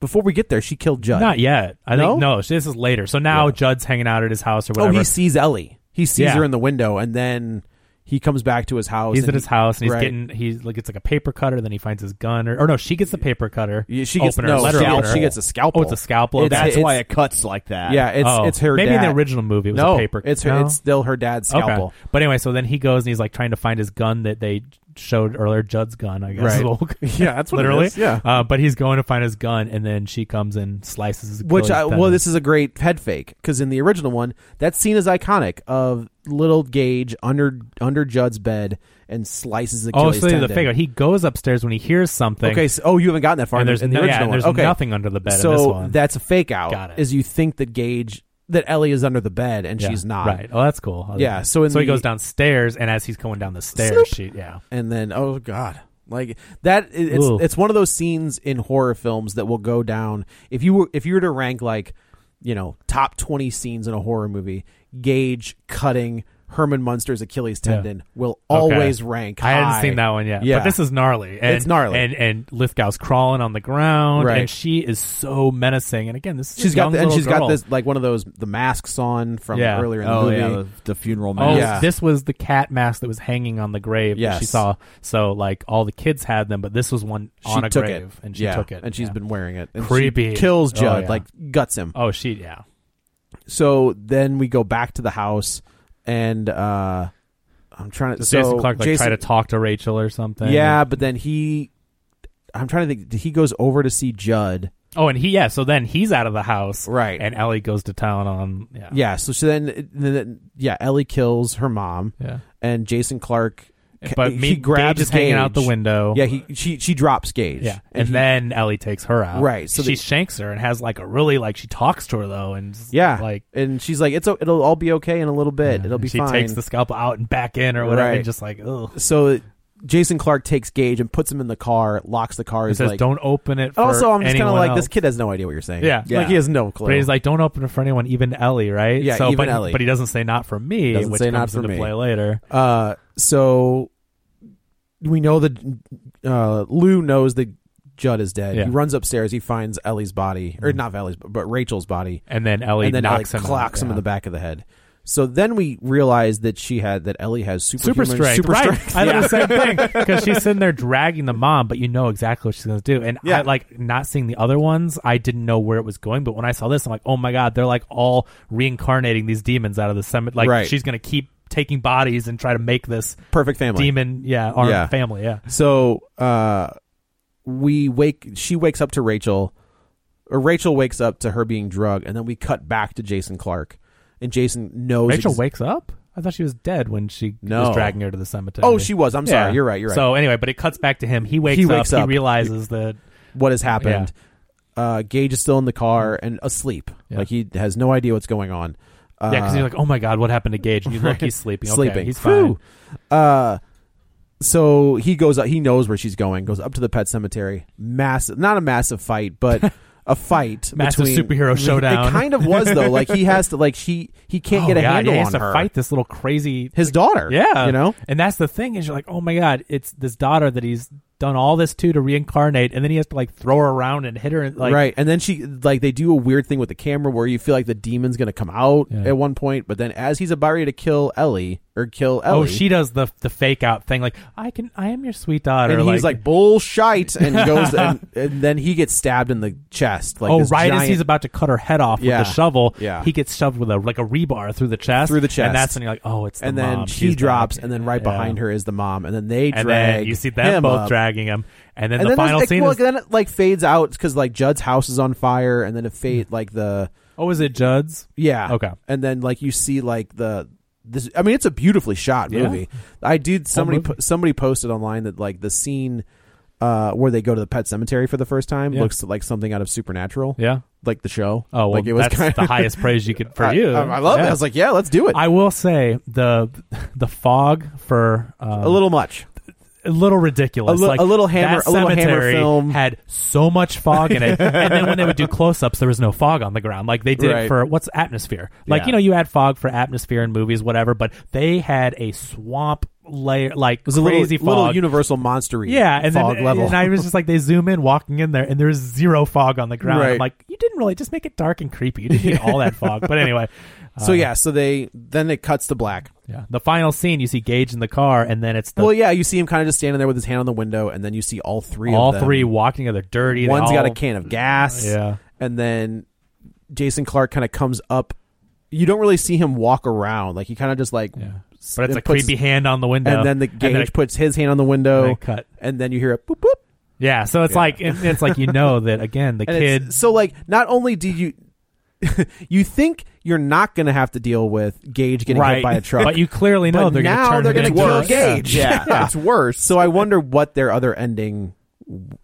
C: Before we get there, she killed Judd.
B: Not yet. I
C: No?
B: think no, this is later. So now Judd's hanging out at his house or
C: oh,
B: whatever.
C: he sees Ellie. He sees
B: Yeah.
C: her in the window, and then he comes back to his house.
B: He's
C: and
B: at his
C: he-
B: house and he's
C: right.
B: getting he's like it's like a paper cutter. Then he finds his gun or, or no, she gets the paper cutter.
C: Yeah, she gets
B: opener,
C: no.
B: letter
C: she, gets-
B: opener.
C: she gets a scalpel.
B: Oh, it's a scalpel.
C: It's-
B: Okay.
A: That's
C: it's-
A: why it cuts like that.
C: Yeah, it's
B: Oh.
C: it's her.
B: Maybe in the
C: dad.
B: original movie it was
C: no,
B: a paper.
C: It's her.
B: No?
C: It's still her dad's scalpel. [LAUGHS]
B: [LAUGHS] Okay. But anyway, so then he goes and he's like trying to find his gun that they showed earlier, Judd's gun, I [LAUGHS] guess.
C: Right. Yeah, [LAUGHS] that's what it
B: literally.
C: is. Yeah.
B: Uh, but he's going to find his gun, and then she comes and slices his.
C: Which I,
B: throat.
C: well, this is a great head fake because in the original one, that scene is iconic of little Gage under under Judd's bed and slices
B: oh,
C: Achilles
B: so the
C: tendon.
B: thing he goes upstairs when he hears something.
C: Okay, so, oh, you haven't gotten that far. in
B: and
C: the-
B: there's
C: in the
B: no, yeah,
C: original
B: and there's
C: one. Okay.
B: nothing under the bed
C: so
B: in this one.
C: that's a fake out.
B: Got it.
C: Is you think that Gage that Ellie is under the bed and
B: Yeah.
C: she's not.
B: right. Oh, that's cool. I
C: Yeah,
B: like
C: so in
B: that. so he
C: the-
B: goes downstairs, and as he's going down the stairs,
C: Sloop.
B: she yeah.
C: and then oh god like that it- it's
B: Ooh.
C: it's one of those scenes in horror films that will go down if you were if you were to rank like you know top 20 scenes in a horror movie gauge cutting herman munster's achilles tendon will
B: Okay.
C: always rank
B: I
C: high.
B: hadn't seen that one yet.
C: Yeah.
B: But this is gnarly. And,
C: It's gnarly.
B: And and Lithgow's crawling on the ground.
C: Right.
B: And she is so menacing. And again, this is
C: she's
B: a
C: got
B: young
C: the, and
B: little
C: she's
B: girl.
C: got this like one of those the masks on from
B: Yeah.
C: earlier in the
A: Oh
C: movie
A: yeah, the, the funeral
B: Oh,
A: mask.
C: Yeah.
B: this was the cat mask that was hanging on the grave that she
C: Yes.
B: saw. So like all the kids had them, but this was one
C: she
B: on a
C: took
B: grave
C: it
B: and she
C: Yeah,
B: took it.
C: and she's
B: Yeah.
C: been wearing it and she
B: Creepy.
C: kills
B: Oh,
C: judd
B: yeah.
C: like guts him
B: Oh she yeah.
C: so then we go back to the house and uh i'm trying to
B: Does
C: so
B: Jason Clark like
C: Jason-
B: try to talk to Rachel or something?
C: yeah but then he i'm trying to think he goes over to see judd
B: Oh and he yeah, so then he's out of the house.
C: Right.
B: And Ellie goes to town on yeah.
C: yeah so, so then, then yeah ellie kills her mom
B: Yeah.
C: and jason clark
B: But me,
C: he grabs
B: Gage is hanging out the
C: Gage.
B: window.
C: yeah he she she drops gage
B: Yeah, and,
C: he-
B: then Ellie takes her out.
C: Mm-hmm. Right, so
B: she
C: the-
B: shanks her and has like a really like she talks to her though and
C: yeah
B: like
C: and she's like it's o- it'll all be okay in a little bit it'll
B: and
C: be
B: she
C: fine
B: takes the scalpel out and back in or whatever
C: Right.
B: and just like oh
C: so jason clark takes gage and puts him in the car locks the car
B: it
C: he's
B: says
C: like
B: don't open it. For
C: also i'm just
B: kind of
C: like this kid has no idea what you're saying
B: Yeah.
C: like he has no clue
B: But he's like, don't open it for anyone, even Ellie, right?
C: Yeah,
B: so,
C: even
B: but,
C: Ellie.
B: But he doesn't say not for me,
C: Doesn't
B: which
C: say
B: comes
C: not for
B: into
C: me.
B: play later.
C: Uh, so we know that uh, Lou knows that Judd is dead.
B: Yeah.
C: He runs upstairs. He finds Ellie's body, or not Ellie's, but Rachel's body,
B: And then Ellie
C: and then
B: knocks
C: Ellie
B: him,
C: clocks
B: out.
C: him
B: yeah.
C: in the back of the head. So then we realize that she had that Ellie has
B: Super
C: superhuman,
B: strength,
C: super
B: right?
C: strength.
B: I thought the same thing because
C: [LAUGHS]
B: she's sitting there dragging the mom, but you know exactly what she's going to do. And
C: Yeah.
B: I like not seeing the other ones. I didn't know where it was going, but when I saw this, I'm like, oh my god, they're like all reincarnating these demons out of the summit. Like
C: Right.
B: she's going to keep taking bodies and try to make this
C: [LAUGHS] Perfect family.
B: demon, yeah, our
C: Yeah.
B: family, yeah.
C: So uh, we wake. She wakes up to Rachel, or Rachel wakes up to her being drugged, and then we cut back to Jason Clark, and Jason knows
B: Rachel
C: ex-
B: wakes up. I thought she was dead when she
C: No.
B: was dragging her to the cemetery.
C: Oh, she was. I'm sorry. You're right. You're right.
B: So anyway, but it cuts back to him. He wakes,
C: He wakes
B: up,
C: up.
B: He realizes that
C: what has happened. Uh, Gage is still in the car and asleep.
B: Mm-hmm. Yeah.
C: Like he has no idea what's going on. Uh,
B: yeah, because you're like, oh my god, what happened to Gage? And you
C: [LAUGHS]
B: look, he's sleeping. Okay,
C: sleeping.
B: he's
C: Phew.
B: fine.
C: Uh, so he goes. He knows where she's going. Goes up to the pet cemetery. Massive, not a massive fight,
B: [LAUGHS]
C: but a fight.
B: Massive
C: between-
B: superhero
C: [LAUGHS]
B: showdown.
C: It kind of was though. Like he has to. Like she. He can't
B: Oh,
C: get a
B: yeah,
C: handle
B: he has
C: on
B: to
C: her.
B: fight this little crazy.
C: His daughter.
B: yeah,
C: You know.
B: And that's the thing is, you're like, oh my god, it's this daughter that he's done all this to to reincarnate, and then he has to like throw her around and hit her. and, Like,
C: right, and then she like they do a weird thing with the camera where you feel like the demon's gonna come out
B: Yeah.
C: at one point, but then as he's about ready to kill Ellie, or kill Ellie.
B: Oh, she does the the fake out thing. Like I can, I am your sweet daughter.
C: and he's like, bullshite and goes and, [LAUGHS] and then he gets stabbed in the chest like
B: oh,
C: this
B: right as
C: giant-
B: he's about to cut her head off
C: Yeah.
B: with the shovel,
C: Yeah.
B: he gets shoved with a like a rebar through the chest,
C: Through the chest.
B: and that's when you're like, oh, it's the
C: and then
B: mom.
C: she
B: She's
C: drops
B: back.
C: and then right
B: Yeah.
C: behind her is the mom and then they drag
B: and then you see them
C: him
B: both
C: up.
B: dragging him, and then
C: and
B: the
C: then
B: final
C: it's-
B: scene
C: well,
B: is
C: then it like fades out because like Judd's house is on fire and then it fade like the
B: oh, is it Judd's?
C: Yeah.
B: Hmm. Okay.
C: And then like you see like the this I mean it's a beautifully shot
B: Yeah.
C: movie. I did somebody
B: movie.
C: po- somebody posted online that like the scene uh where they go to the pet cemetery for the first time
B: Yeah.
C: looks like something out of Supernatural.
B: Yeah.
C: Like the show.
B: Oh, well,
C: like it was
B: that's
C: kind [LAUGHS]
B: the highest praise you could for
C: I,
B: you.
C: I, I love it.
B: Yeah.
C: I was like, yeah, let's do it.
B: I will say the the fog for um,
C: a little much.
B: a little ridiculous.
C: A li-
B: like
C: a little hammer-
B: that
C: a little hammer
B: cemetery
C: film.
B: had so much fog
C: [LAUGHS]
B: in it, and then when they would do close-ups, there was no fog on the ground. Like they did
C: Right.
B: it for what's atmosphere. Like
C: Yeah.
B: you know, you add fog for atmosphere in movies, whatever. But they had a swamp layer, like
C: It was a
B: crazy
C: little, little
B: fog.
C: universal monster
B: yeah, and
C: fog
B: then
C: level.
B: and I was just like, they zoom in, walking in there, and there's zero fog on the ground.
C: Right.
B: I'm like, you didn't really just make it dark and creepy. You didn't need all that fog. But anyway,
C: [LAUGHS]
B: uh,
C: so yeah, so they then it cuts to black.
B: yeah. The final scene, you see Gage in the car, and then it's the
C: well, yeah, you see him kind of just standing there with his hand on the window, and then you see all three.
B: all
C: of them.
B: three walking together dirty.
C: One's
B: One's
C: got a can of gas.
B: Yeah.
C: And then Jason Clark kind of comes up. You don't really see him walk around. Like he kind of just like.
B: Yeah.
C: s-
B: But it's a
C: puts-
B: creepy hand on the window.
C: And then the
B: then
C: Gage
B: it-
C: puts his hand on the window.
B: and then cut.
C: And then you hear a boop boop.
B: Yeah, so it's like it, it's like you know that again the
C: [LAUGHS] And
B: kid
C: it's, so like not only do
A: [LAUGHS]
C: you you think you're not going to have to deal with Gage getting
B: right,
C: hit by a truck,
B: but you clearly know
C: but
B: they're
C: now
B: going to turn
C: they're
B: it
C: gonna
B: into
C: kill
B: a-
C: Gage.
A: Yeah, [LAUGHS] it's worse.
C: So I wonder what their other ending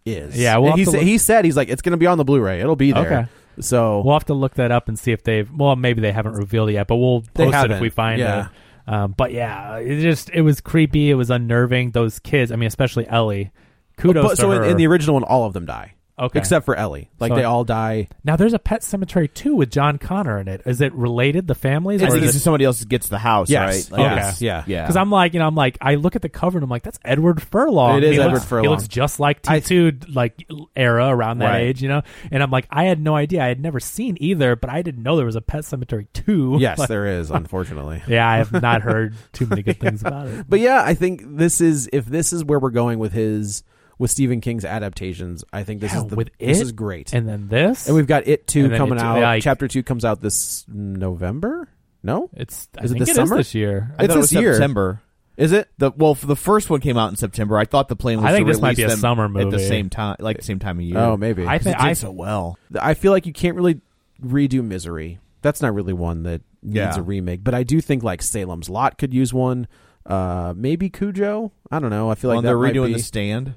C: is.
B: Yeah, we'll
C: he
B: have to
C: said,
B: look-
C: he said he's like it's going to be on the Blu-ray. It'll be there.
B: Okay.
C: So
B: We'll have to look that up and see if they've. Well, maybe they haven't revealed it yet, but we'll
C: They
B: post it if
C: haven't,
B: we find
C: yeah.
B: it. Um, but yeah, it just it was creepy. It was unnerving. Those kids. I mean, especially Ellie. Kudos
C: But-
B: to
C: so
B: her.
C: In, in the original one, all of them die.
B: Okay.
C: Except for Ellie. Like
B: So-
C: they all die.
B: now there's a Pet Cemetery too with John Connor in it. Is it related? The families?
A: I
B: or
A: think
B: is
A: it's
B: it- [LAUGHS]
A: just somebody else gets the house,
C: Yes.
A: right? Like,
B: Okay.
A: it's-
C: Yeah.
A: yeah. [LAUGHS]
B: Because I'm like, you know, I'm like, I look at the cover and I'm like, that's Edward Furlong.
C: It is
B: he
C: Edward
B: looks,
C: Furlong.
B: He looks just like
C: I-
B: T2 like era around that
A: Right.
B: age, you know. And I'm like, I had no idea. I had never seen either, but I didn't know there was a Pet Cemetery two.
C: Yes,
B: [LAUGHS] Like,
C: there
A: [LAUGHS]
C: is, unfortunately.
B: yeah, I have not heard too many good things about [LAUGHS] it.
C: But yeah, I think this is if this is where we're going with his with Stephen King's adaptations, I think this
B: Yeah,
C: is the,
B: with
C: this
B: It
C: is great.
B: And then this,
C: And we've got it two
B: And then
C: coming
B: It Too,
C: out.
B: like-
C: Chapter two comes out this November? No?
B: it's I
C: Is it
B: think
C: this
B: it is
C: summer?
B: this year.
C: I
A: I
C: It's
A: thought
C: this
A: it was
C: year.
A: September. Is it the well? For the first one came out in September. I thought the plan was.
B: I think
A: to
B: this might be
A: release
B: a
A: them
B: summer
A: at the
B: movie.
A: same time, like the same time of year.
C: Oh, maybe.
B: I
A: 'Cause it
B: think
A: did
B: I
A: so well.
C: I feel like you can't really redo Misery. That's not really one that needs
A: Yeah.
C: a remake. But I do think like Salem's Lot could use one. Uh, maybe Cujo. I don't know. I feel like
A: Well,
C: that
A: they're
C: might
A: redoing
C: be-
A: the stand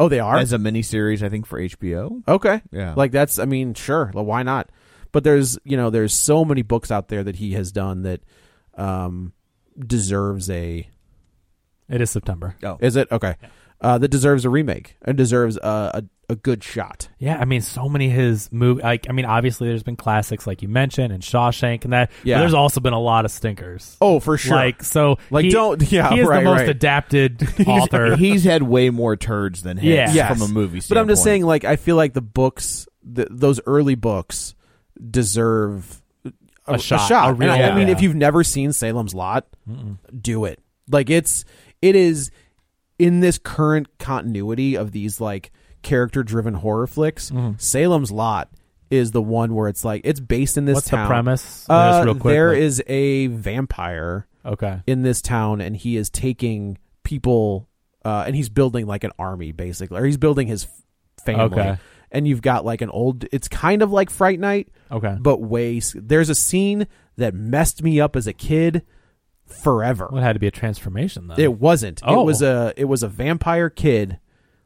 C: Oh, they are.
A: as a miniseries, I think, for HBO.
C: Okay.
A: Yeah.
C: Like that's I mean, sure, well, why not? But there's, you know, there's so many books out there that he has done that um deserves a
B: It is September.
A: Oh,
C: Is it? Okay. Uh that deserves a remake and deserves a a, a good shot.
B: Yeah, I mean, so many of his move. Like, I mean, obviously, there's been classics like you mentioned and Shawshank and that.
C: Yeah.
B: but there's also been a lot of stinkers.
C: Oh, for sure.
B: Like so,
C: Like,
B: he-
C: don't- yeah,
B: he is
C: right,
B: the most
C: right. [LAUGHS]
B: adapted author.
A: [LAUGHS] he's, he's had way more turds than him
B: Yeah.
C: Yes.
A: from a movie.
C: But I'm just
A: standpoint.
C: saying like I feel like the books the, those early books deserve
B: A shot, a
C: And
B: real
C: I, I
B: one.
C: mean,
B: Yeah.
C: if you've never seen Salem's Lot, do it. Like it's it is in this current continuity of these like character driven horror flicks.
B: Mm-hmm.
C: Salem's Lot is the one where it's like it's based in this
B: What's the
C: town.
B: premise?
C: Uh,
B: Just real quick,
C: there
B: like-
C: is a vampire
B: okay,
C: in this town and he is taking people uh, and he's building like an army basically or he's building his f- family
B: Okay.
C: and you've got like an old it's kind of like fright night
B: okay.
C: but way s- there's a scene that messed me up as a kid forever
B: Well, it had to be a transformation though.
C: it wasn't
B: Oh.
C: it was a it was a vampire kid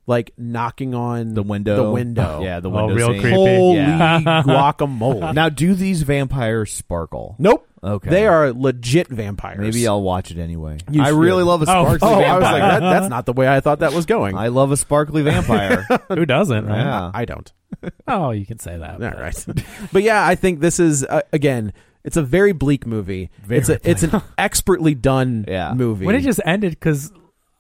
C: like knocking on
A: the window,
C: the window
A: [LAUGHS] yeah, the
B: Oh,
A: window.
B: real
A: scene.
B: creepy.
C: holy
A: Yeah.
C: guacamole
A: [LAUGHS] Now, do these vampires sparkle?
C: nope
A: Okay.
C: they are legit vampires
A: Maybe I'll watch it anyway.
C: You
A: I
C: should.
A: really love a sparkly. [LAUGHS]
C: oh
A: vampire.
C: i was like that, that's not the way i thought that was going
A: I love a
C: [LAUGHS]
A: sparkly vampire.
B: Who doesn't? Right?
A: yeah.
C: i don't
B: Oh, you can say that.
C: All right, [LAUGHS] but yeah, I think this is uh, again. It's a very bleak movie.
A: Very [LAUGHS]
C: it's a, it's an expertly done
A: Yeah.
C: movie.
B: When it just ended, because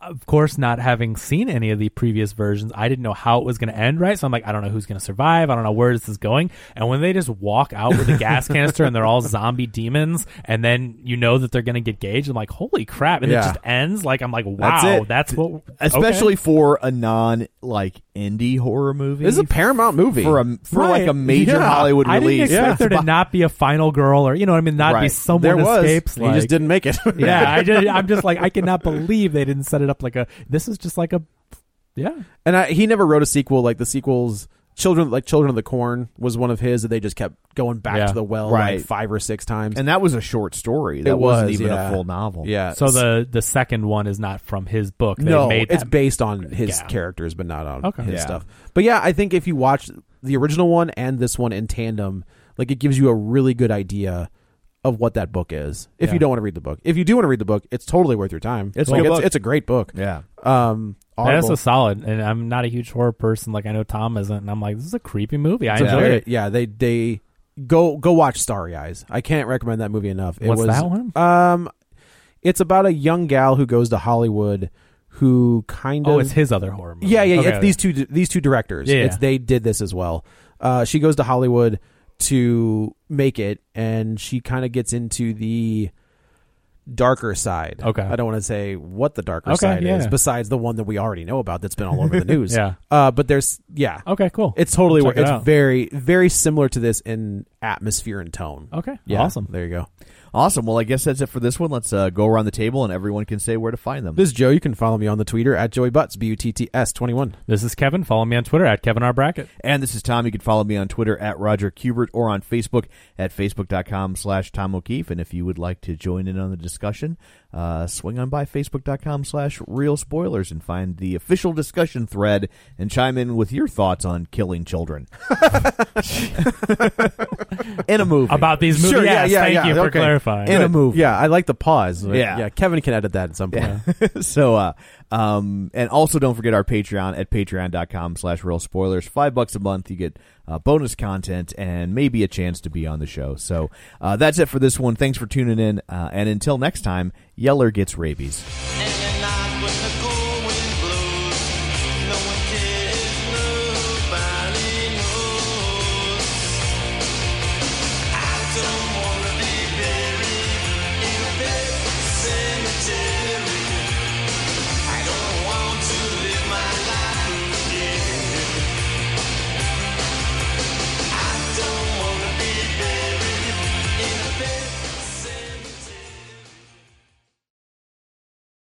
B: of course, not having seen any of the previous versions, I didn't know how it was going to end, right? So I'm like, I don't know who's going to survive. I don't know where this is going. And when they just walk out with
C: [LAUGHS]
B: a gas canister and they're all zombie demons, and then you know that they're going to get gauged, I'm like, holy crap. And it
C: Yeah.
B: just ends. Like, I'm like, wow,
A: That's
B: that's,
A: it.
B: what.
A: especially for a non like indie horror movie.
C: This is a Paramount movie.
A: for a for like a
B: Right.
A: major
C: Yeah.
A: Hollywood
B: I
A: release.
B: didn't expect
A: That's
B: there to
A: about-
B: not be a final girl or, you know what I mean? Not be
A: Right.
B: someone
C: there was.
B: escapes.
C: He
B: like-
C: just didn't make it.
B: [LAUGHS] Yeah, I just, I'm just like, I cannot believe they didn't set it up like a. This is just like a. Yeah.
C: [LAUGHS] and I, he never wrote a sequel. Like the sequels, children like Children of the Corn was one of his that they just kept going back
B: Yeah.
C: to the well
A: Right.
C: like five or six times.
A: and that was a short story. That
C: It
A: wasn't
C: was,
A: even
C: yeah.
A: a full novel.
C: yeah,
B: So the the second one is not from his book. They
C: no,
B: made
C: it's
B: that.
C: based on his
B: Yeah.
C: characters, but not on
B: Okay.
C: his
A: Yeah.
C: stuff. But yeah, I think if you watch the original one and this one in tandem, like it gives you a really good idea of what that book is. If
B: Yeah.
C: you don't want to read the book, if you do want to read the book, it's totally worth your time.
A: It's a
C: like,
A: good
C: it's,
A: book.
C: it's a great book.
A: yeah.
C: Um,
B: That's
C: Audible-
B: a solid, and I'm not a huge horror person. Like I know Tom isn't, and I'm like, this is a creepy movie. I
C: It's a
B: enjoyed
C: very-
B: it.
C: Yeah, they they go go watch Starry Eyes. I can't recommend that movie enough. It
B: What's
C: was,
B: that one?
C: Um, it's about a young gal who goes to Hollywood, who kind of
B: Oh, it's his other horror movie.
C: yeah yeah.
B: Okay,
C: it's these two these two directors.
B: Yeah, yeah.
C: It's, they did this as well. Uh, she goes to Hollywood to make it, and she kind of gets into the darker side.
B: Okay.
C: I don't want to say what the darker
B: Okay,
C: side is
B: yeah.
C: besides the one that we already know about that's been all over the
B: [LAUGHS]
C: news.
B: Yeah.
C: Uh, but there's yeah.
B: Okay, cool.
C: It's totally
B: Check
C: worth.
B: it
C: It's
B: out.
C: very very similar to this in atmosphere and tone.
B: okay.
C: Yeah,
B: Awesome.
C: There you go.
A: Awesome. Well, I guess that's it for this one. Let's uh, go around the table and everyone can say where to find them.
C: This is Joe. You can follow me on the Twitter at Joey Butts B U T T S twenty one.
B: This is Kevin. Follow me on Twitter at Kevin R Brackett.
A: And this is Tom. You can follow me on Twitter at Roger Kubert or on Facebook at facebook.com slash Tom O'Keefe. And if you would like to join in on the discussion, uh, swing on by facebook.com slash real spoilers and find the official discussion thread and chime in with your thoughts on killing children [LAUGHS] in a movie.
B: About these movies.
C: Sure, yeah,
B: Yes,
C: yeah,
B: thank
C: yeah,
B: you for
C: okay.
B: clarifying.
A: In a movie.
C: Yeah, I like the pause.
A: Yeah.
C: yeah. Kevin can edit that at some point.
A: [LAUGHS] so uh um and also don't forget our patreon at patreon.com slash real spoilers five bucks a month you get uh, bonus content and maybe a chance to be on the show so uh, that's it for this one thanks for tuning in uh, and until next time yeller gets rabies
D: And